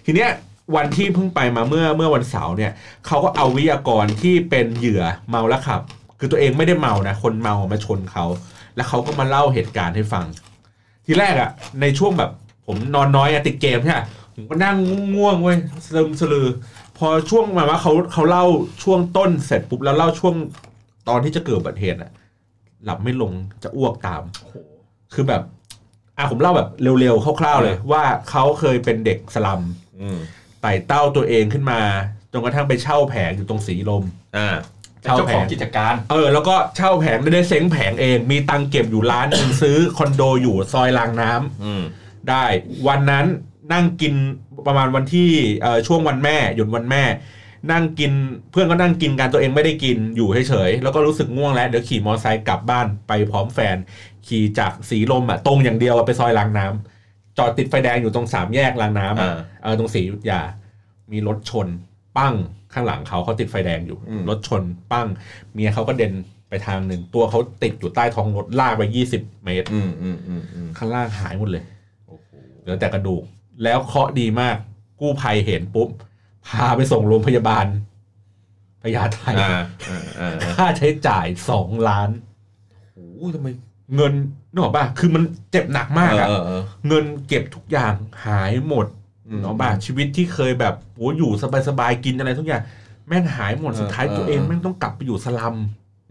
Speaker 3: ทีเนี้ยวันที่เพิ่งไปมาเมื่อเมื่อวันเสาร์เนี่ยเขาก็เอาวิทยากรที่เป็นเหยื่อเมาแล้วขับ คือตัวเองไม่ได้เมานะคนเมามาชนเขา แล้วเขาก็มาเล่าเหตุการณ์ให้ฟัง ทีแรกอะในช่วงแบบผมนอนน้อยอะติดเกมใช่ไหมผมก็นั่งง่วงๆเว้ยสลืมสลือ พอช่วงมาว่าเขาเขาเล่าช่วงต้นเสร็จปุ๊บแล้วเล่าช่วงตอนที่จะเกิดอุบัติเหตุอะหลับไม่ลงจะอ้วกตาม
Speaker 1: โอ้โห
Speaker 3: คือแบบอ่ะผมเล่าแบบเร็วๆคร่าวๆเลย ว่าเขาเคยเป็นเด็กสลัม
Speaker 2: อืม
Speaker 3: ไต่เต้าตัวเองขึ้นมาจนกระทั่งไปเช่าแผงอยู่ตรงสีลม
Speaker 2: อ่า
Speaker 1: เป็นเจ้าของกิจการ
Speaker 3: เออแล้วก็เช่าแผงได้เซ้งแผงเอง มีตังเก็บอยู่ร้านหนึง ซื้อคอนโดอยู่ซอยรางน้ำ
Speaker 2: อืม
Speaker 3: ได้ วันนั้นนั่งกินประมาณวันที่เอ่อช่วงวันแม่ หยุดวันแม่ นั่งกินเพื่อนก็นั่งกินกันตัวเองไม่ได้กินอยู่เฉยๆแล้วก็รู้สึกง่วงแล้วเดี๋ยวขี่มอเตอร์ไซค์กลับบ้านไปพร้อมแฟน ขี่จากสีลมอ่ะตรงอย่างเดียวอะไปซอยรางน้ำจอดติดไฟแดงอยู่ตรงสามแยกรางน้ำอ่ะ
Speaker 2: อ่า
Speaker 3: เออตรงสีอยุธยา มีรถชน ปั้งข้างหลังเขาเขาติดไฟแดงอยู่
Speaker 2: อืม
Speaker 3: รถชน ปั้ง เมียเขาก็เด่นไปทางหนึ่งตัวเขาติดอยู่ใต้ท้องรถลากไปยี่สิบเมตร
Speaker 2: อืมอืมอืมอืม
Speaker 3: ข้างล่างหายหมดเลยเหลือแต่กระดูก แล้วเคราะห์ดีมาก กู้ภัยเห็นปุ๊บ พาไปส่งโรงพยาบาลพยาไทย
Speaker 2: อ่าอ่าอ่า
Speaker 3: ค่าใช้จ่ายสองล้าน
Speaker 2: โอ้ยทำไม
Speaker 3: เงินนึกออกป่ะ คือมันเจ็บหนักมากอะ
Speaker 2: เออเออ
Speaker 3: เงินเก็บทุกอย่างหายหมด
Speaker 2: อืม
Speaker 3: เนาะป่ะชีวิตที่เคยแบบโอ้อยู่สบายๆกินอะไรทุกอย่าง แม่งหายหมด
Speaker 2: เออ
Speaker 3: สุดท้าย
Speaker 2: เออ
Speaker 3: ตัวเอง
Speaker 2: เออ
Speaker 3: แม่งต้องกลับไปอยู่สลัม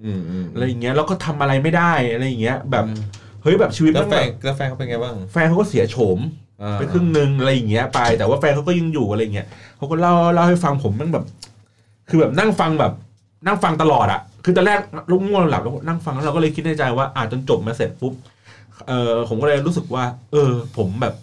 Speaker 2: อืมอืม
Speaker 3: อะไรอย่างเงี้ยแล้วก็ทำอะไรไม่ได้อะไรอย่างเงี้ย แบบเฮ้ยแบบชีวิต
Speaker 2: แล้ว
Speaker 3: แม่ง
Speaker 2: แฟ
Speaker 3: แบ
Speaker 2: น
Speaker 3: บ
Speaker 2: แล้วแฟนเขาเป็นไงบ้าง
Speaker 3: แฟนเขาก็เสียโฉม
Speaker 2: อ่า
Speaker 3: ไปครึ่งหนึ่งอะไรอย่างเงี้ยไปแต่ว่าแฟนเขาก็ยังอยู่อะไรเงี้ยเขาก็เล่าเล่าให้ฟังผมแมันแบบ คือแบบนั่งฟังแบบ นั่งฟังตลอดอะคือตอนแรกลุกง่วงหลับแล้วนั่งฟังแล้วเราก็เลยคิดในใจว่าอ่าจนจบมาเสร็จปุ๊บเออผมก็เลยรู้สึกว่า เออ ผมแบบ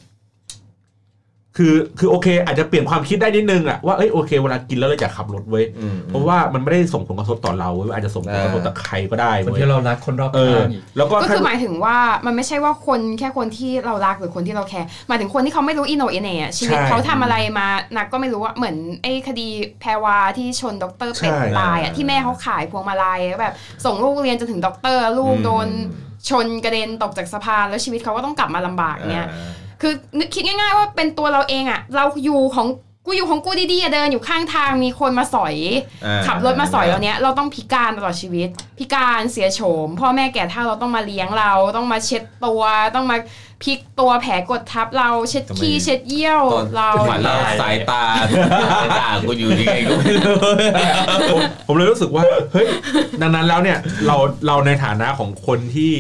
Speaker 3: คือคือโอเค อาจจะเปลี่ยนความคิดได้นิดนึงอะว่าเอ้ยโอเคเวลากินแล้วเราอย่าขับรถเว้ย
Speaker 2: อืมอืม
Speaker 3: เพราะว่ามันไม่ได้ส่งผลกระทบต่อเราเว้ยอาจจะส่งผลกระทบต่อใครก็ได้
Speaker 1: คน
Speaker 3: เว้ย
Speaker 1: ที่เรารักคนรอบ
Speaker 3: เออ
Speaker 1: ข้างอีก
Speaker 3: แล้วก็
Speaker 4: ก็
Speaker 3: ถ้า
Speaker 4: คือหมายถึงว่ามันไม่ใช่ว่าคนแค่คนที่เรารักหรือคนที่เราแคร์หมายถึงคนที่เขาไม่รู้อินโนเอเน่อะชีวิต
Speaker 3: ใช่
Speaker 4: เขาทำอะไรมานักก็ไม่รู้ว่าเหมือนไอ้คดีแพรวาที่ชนด็อกเตอร์เป็ด
Speaker 3: ใช่
Speaker 4: ตายอะที่แม่เขาขายพวงมาลัยแล้วแบบ ส่งลูกเรียนจนถึงด็อกเตอร์ลูกโดนชนกระเด็นตกจากสะพานแล้วชีวิตเขาก็ต้องกลับมาลำบากเนี้ย คือนึกคิดง่ายๆว่าเป็นตัวเราเองอะเราอยู่ของกูอยู่ของกูดีๆอะเดินอยู่ข้างทางมีคนมาสอย
Speaker 2: อ่า
Speaker 4: ขับรถมาสอยเราเนี้ยเราต้องพิการตลอดชีวิต พิการเสียโฉม พ่อแม่แก่เท่าเราต้องมาเลี้ยงเราต้องมาเช็ดตัว ต้องมาพลิกตัวแผลกดทับเราเช็ดขี้เช็ดเยี่ยว
Speaker 2: ตอน
Speaker 4: เรา
Speaker 2: ขวัญเราสายตาสายตากูอยู่ยังไงก็ไม่รู้
Speaker 3: ผมผมเลยรู้สึกว่า เฮ้ยดังนั้นแล้วเนี่ย เราเราในฐานะของคนที่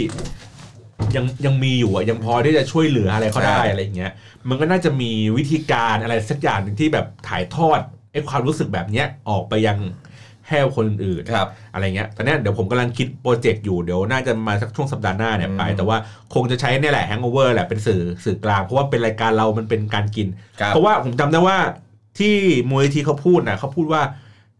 Speaker 3: ยังยังมีอยู่อะยังพอที่จะช่วยเหลืออะไรเขาได้อะไรอย่างเงี้ย มันก็น่าจะมีวิธีการอะไรสักอย่างหนึ่งที่แบบถ่ายทอดไอ้ความรู้สึกแบบเนี้ยออกไปยังแห้คนอื่น
Speaker 2: ครับ
Speaker 3: อะไรเงี้ยตอนเนี้ยเดี๋ยวผมกำลังคิดโปรเจกต์อยู่เดี๋ยวน่าจะมาสักช่วงสัปดาห์หน้าเนี่ยไป
Speaker 2: อืม
Speaker 3: แต่ว่าคงจะใช้เนี่ยแหละ hangover แหละเป็นสื่อสื่อกลางเพราะว่าเป็นรายการเรามันเป็นการกิน
Speaker 2: ครับ
Speaker 3: เพราะว่าผมจำได้ว่าที่มูลนิธิเขาพูดนะเขาพูดว่า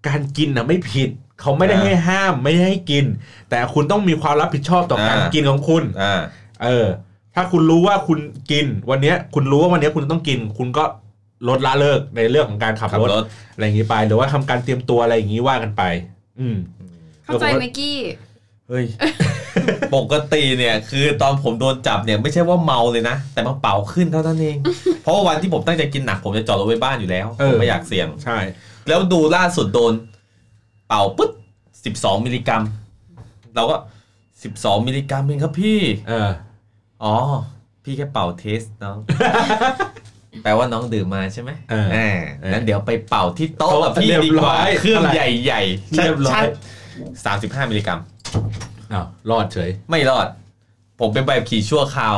Speaker 3: การกินนะไม่ผิด เขาไม่ได้ให้ห้ามไม่ได้ให้กิน แต่คุณต้องมีความรับผิดชอบต่อการ
Speaker 2: อ่ากิ
Speaker 3: กินของคุณ
Speaker 2: อ่า
Speaker 3: เออ ถ้าคุณรู้ว่าคุณกิน วันเนี้ยคุณรู้ว่าวันเนี้ยคุณต้องกิน คุณก็ลดละเลิกในเรื่องของการขับ
Speaker 2: ขับ
Speaker 3: รถ
Speaker 2: รถ
Speaker 3: อะไรอย่างนี้ไป หรือว่าทำการเตรียมตัวอะไรอย่างนี้ว่ากันไป อืม
Speaker 4: เข้าใจไหมกี้
Speaker 2: เฮ้ย ปกติเนี่ย คือตอนผมโดนจับเนี่ยไม่ใช่ว่าเมาเลยนะ แต่มันเป่าขึ้นเท่านั้นเอง เพราะว่าวันที่ผมตั้งใจกินหนักผมจะจอดรถไว้บ้านอยู่แล้ว
Speaker 3: เออ
Speaker 2: ผมไม่อยากเสี่ยง
Speaker 3: ใช่
Speaker 2: แล้วดูล่าสุดโดน เป่าปุ๊บสิบสองมิลลิกรัม เราก็สิบสองมิลลิกรัมเองครับพี่
Speaker 3: เออ
Speaker 2: อ๋อ พี่แค่เป่าเทสน้อง *laughs* แปลว่าน้องดื่มมาใช่ไหม
Speaker 3: เออ
Speaker 2: แหม
Speaker 3: เออ
Speaker 2: งั้นเดี๋ยวไปเป่าที่โต๊ะกับพี่
Speaker 3: เรียบ
Speaker 2: ดีก
Speaker 3: ร้
Speaker 2: ว่า
Speaker 3: อย
Speaker 2: เครื่อง
Speaker 3: เท่าไหร่
Speaker 2: ใหญ่ๆ
Speaker 3: เรียบร้อย
Speaker 2: สามสิบห้ามิลลิกรัม
Speaker 3: อ้าวรอดเฉย
Speaker 2: ไม่รอด ผมเป็นใบขับขี่ชั่วคราว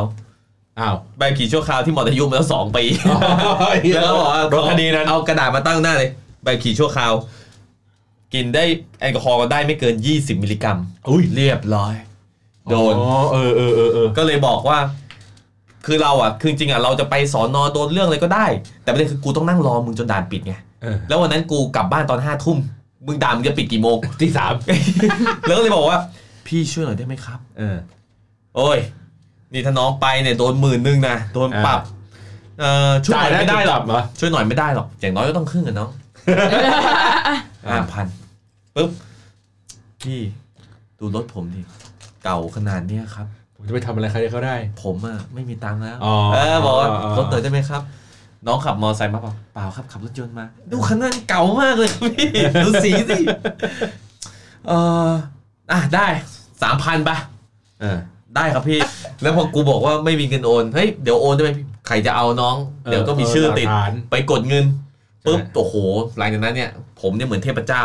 Speaker 3: อ้าว
Speaker 2: ใบขับขี่ชั่วคราวที่หมดอายุมาแล้วสองปี แล้วก็บอกว่าร ร
Speaker 3: ถคดีนั้น
Speaker 2: เอากระดาษมาตั้งหน้าเลย ใบขับขี่ชั่วคราว กินได้แอลกอฮอล์ได้ไม่เกิน 20 มิลลิกรัม
Speaker 3: อุ้ย
Speaker 2: เรียบร้อย โดน
Speaker 3: อ๋อเออเออเออเออ
Speaker 2: ก็เลยบอกว่า คือเราอ่ะ คือจริงๆอ่ะเราจะไปสอนอโดนเรื่องอะไรก็ได้ แต่ประเด็นคือกูต้องนั่งรอมึงจนด่านปิดไง
Speaker 3: เออ
Speaker 2: แล้ววันนั้นกูกลับบ้านตอนห้าทุ่ม มึงด่านมึงจะปิดกี่โมง
Speaker 3: ที่สาม
Speaker 2: *laughs* แล้วก็เลยบอกว่า พี่ช่วยหน่อยได้ไหมครับ
Speaker 3: เออ
Speaker 2: โอ้ย นี่ถ้าน้องไปเนี่ยโดนหมื่นหนึ่งนะ โดนปรับ เอ่อช่วยห
Speaker 3: จ่าย
Speaker 2: น่อย
Speaker 3: ได้ได้
Speaker 2: ไม่ได้ห
Speaker 3: ห
Speaker 2: ร
Speaker 3: ร
Speaker 2: อ
Speaker 3: อก เหรอ
Speaker 2: ช่วยหน่อยไม่ได้หรอก อย่างน้อยก็ต้องครึ่งกันน้องห้าพันปุ๊บ พี่ดูรถผมดิ เก่าขนาดเนี้ยครับ
Speaker 3: ผมจะไปทำอะไรใครเขาได้
Speaker 2: ผมอ่ะไม่มีตังค์แล้ว
Speaker 3: อ๋อ
Speaker 2: เออบอกว่า
Speaker 3: อ๋ออ๋อ
Speaker 2: รถเติมได้ไหมครับ น้องขับมอไซค์มาเปล่าเปล่าครับขับรถยนต์มา ดูคันนั้นเก่ามากเลย *laughs* พี่ ดูสีสิเอออ่ะได้สามพันปะ
Speaker 3: เออ
Speaker 2: ได้ครับพี่ แล้วพอกูบอกว่าไม่มีเงินโอนเฮ้ยเดี๋ยวโอนได้ไหมพี่ใครจะเอาน้อง
Speaker 3: เออ
Speaker 2: เดี๋ยวก็มีชื่อติด
Speaker 3: เออหลักฐาน
Speaker 2: ไปกดเงินปุ๊บ
Speaker 3: ใช่
Speaker 2: โอ้โหหลังจากนั้นเนี่ยผมเนี่ยเหมือนเทพเจ้า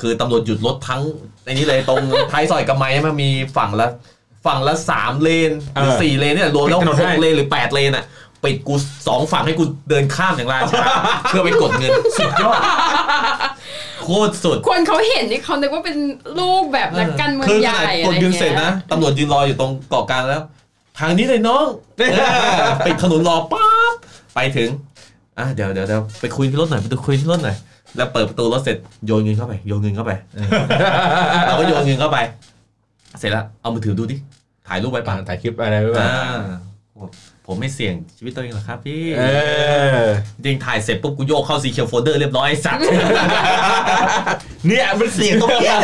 Speaker 2: คือตำรวจหยุดรถทั้งในนี้เลยตรง ท้ายซอยกำไมมันมีฝั่งละฝั่งละสามเลนหรือ
Speaker 3: เออ
Speaker 2: สี่เลนเนี่ยรวม แล้วหกเลนหรือแปดเลนอ่ะปิดกูสองฝั่งให้กูเดินข้ามอย่าง *laughs* ราชา เพื่อไปกดเงิน สุดยอ *laughs* ดโคตรสุด
Speaker 4: คนเขาเห็นนี่เขานึกว่าเป็นลูกแบบนักการเมืองใหญ่
Speaker 2: ก
Speaker 4: อะไร
Speaker 2: ด
Speaker 4: เงี้ย
Speaker 2: เงินเสร็จนะตำรวจยืนรออยู่ตรงเกาะกล *laughs* างแล้ว ทางนี้เลยน้อง ปิดถนนรอปั๊บไปถึง อ่ะเดี๋ยวเดี๋ยวเดี๋ยวไปคุยที่รถหน่อยไปคุยที่รถหน่อยแล้วเปิดประตูรถเสร็จโยนเงินเข้าไปโยนเงินเข้าไป *laughs* เราก็โยนเงินเข้าไป เสร็จแล้วเอามือถือดูดิถ่ายรูปไว้
Speaker 3: ป่า
Speaker 2: ป่ะ
Speaker 3: นถ่ายคลิปอะไรไว้บ้าง
Speaker 2: อ่าผมไม่เสี่ยงชีวิตตัวเองหรอกครับพี่
Speaker 3: เออ
Speaker 2: จริงถ่ายเสร็จปุ๊บกูโยกเข้าสีเขียวโฟลเดอร์เรียบร้อยไอ้สัตว์
Speaker 3: เนี่ยมันเสียงตรงเนี้ย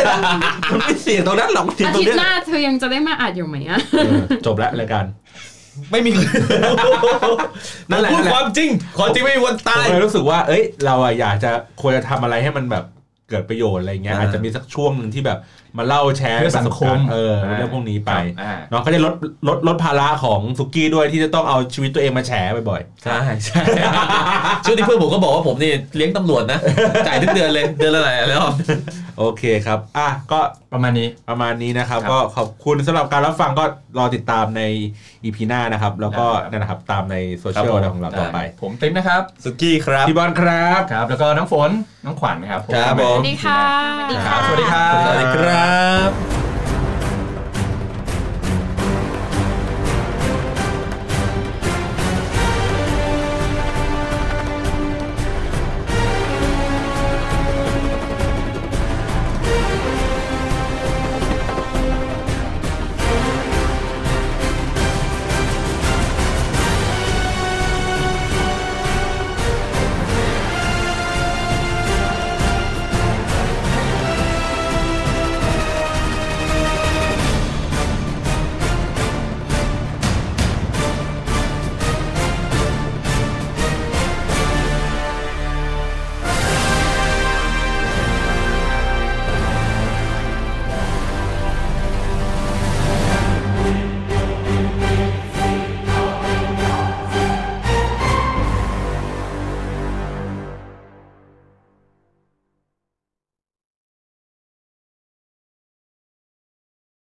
Speaker 3: มันไม่เสียงตรงนั้นหรอกมันเสียง
Speaker 4: อา
Speaker 3: ตรง
Speaker 4: ทิต
Speaker 3: เนี้
Speaker 4: ย์
Speaker 3: ย
Speaker 4: หน้าเธอยังจะได้มาอัดอยู่ไหมอะ
Speaker 3: เออจบแล้วรายการ
Speaker 2: ไม่มี
Speaker 3: นั่นแหละ
Speaker 2: พูดความจริงขอจริงไม่มีวัน
Speaker 3: ผ
Speaker 2: ตาย
Speaker 3: มเลยรู้สึกว่า เอ้ย เราอะอยากจะควรจะทำอะไรให้มันแบบเกิดประโยชน์อะไรเงี้ย
Speaker 2: อ่า
Speaker 3: อาจจะมีสักช่วงหนึ่งที่แบบ มาเล่าแชร์
Speaker 1: เพื่อสังคม
Speaker 3: ประสบการณ์เออเรื่องพวกนี้ไป
Speaker 1: อ่า
Speaker 3: เนาะก็จะลดลดลดภาระของสุกี้ด้วยที่จะต้องเอาชีวิตตัวเองมาแฉบ่อย
Speaker 2: ใช่ใช่ *laughs* ช่วงที่เพื่อนผมก็บอกว่าผมนี่เลี้ยงตำรวจนะ จ่ายทุกเดือนเลยเดือนละหลายรอบ
Speaker 3: ๆ โอเคครับ อ่ะ ก็
Speaker 1: ประมาณนี้
Speaker 3: ประมาณนี้นะครับ
Speaker 2: ครับ
Speaker 3: ก็ขอบคุณสำหรับการรับฟังก็รอติดตามในอีพีหน้านะครับ แล้วก็
Speaker 1: ได้ครับ
Speaker 3: นั่นนะครับตามในโซเชียลของเราต่อไป
Speaker 1: ผมติ๊มนะครับ
Speaker 2: สุกี้ครับ
Speaker 3: พี่บอลครับ
Speaker 1: ครับ แล้วก็น้องฝนน้องขวัญนะครับ
Speaker 2: ครับผม
Speaker 4: สวัสดีค่ะ
Speaker 5: สวัสดี
Speaker 1: ค
Speaker 5: ค่ะ
Speaker 1: รับสวัสดีครับ
Speaker 2: สวัสดีครับ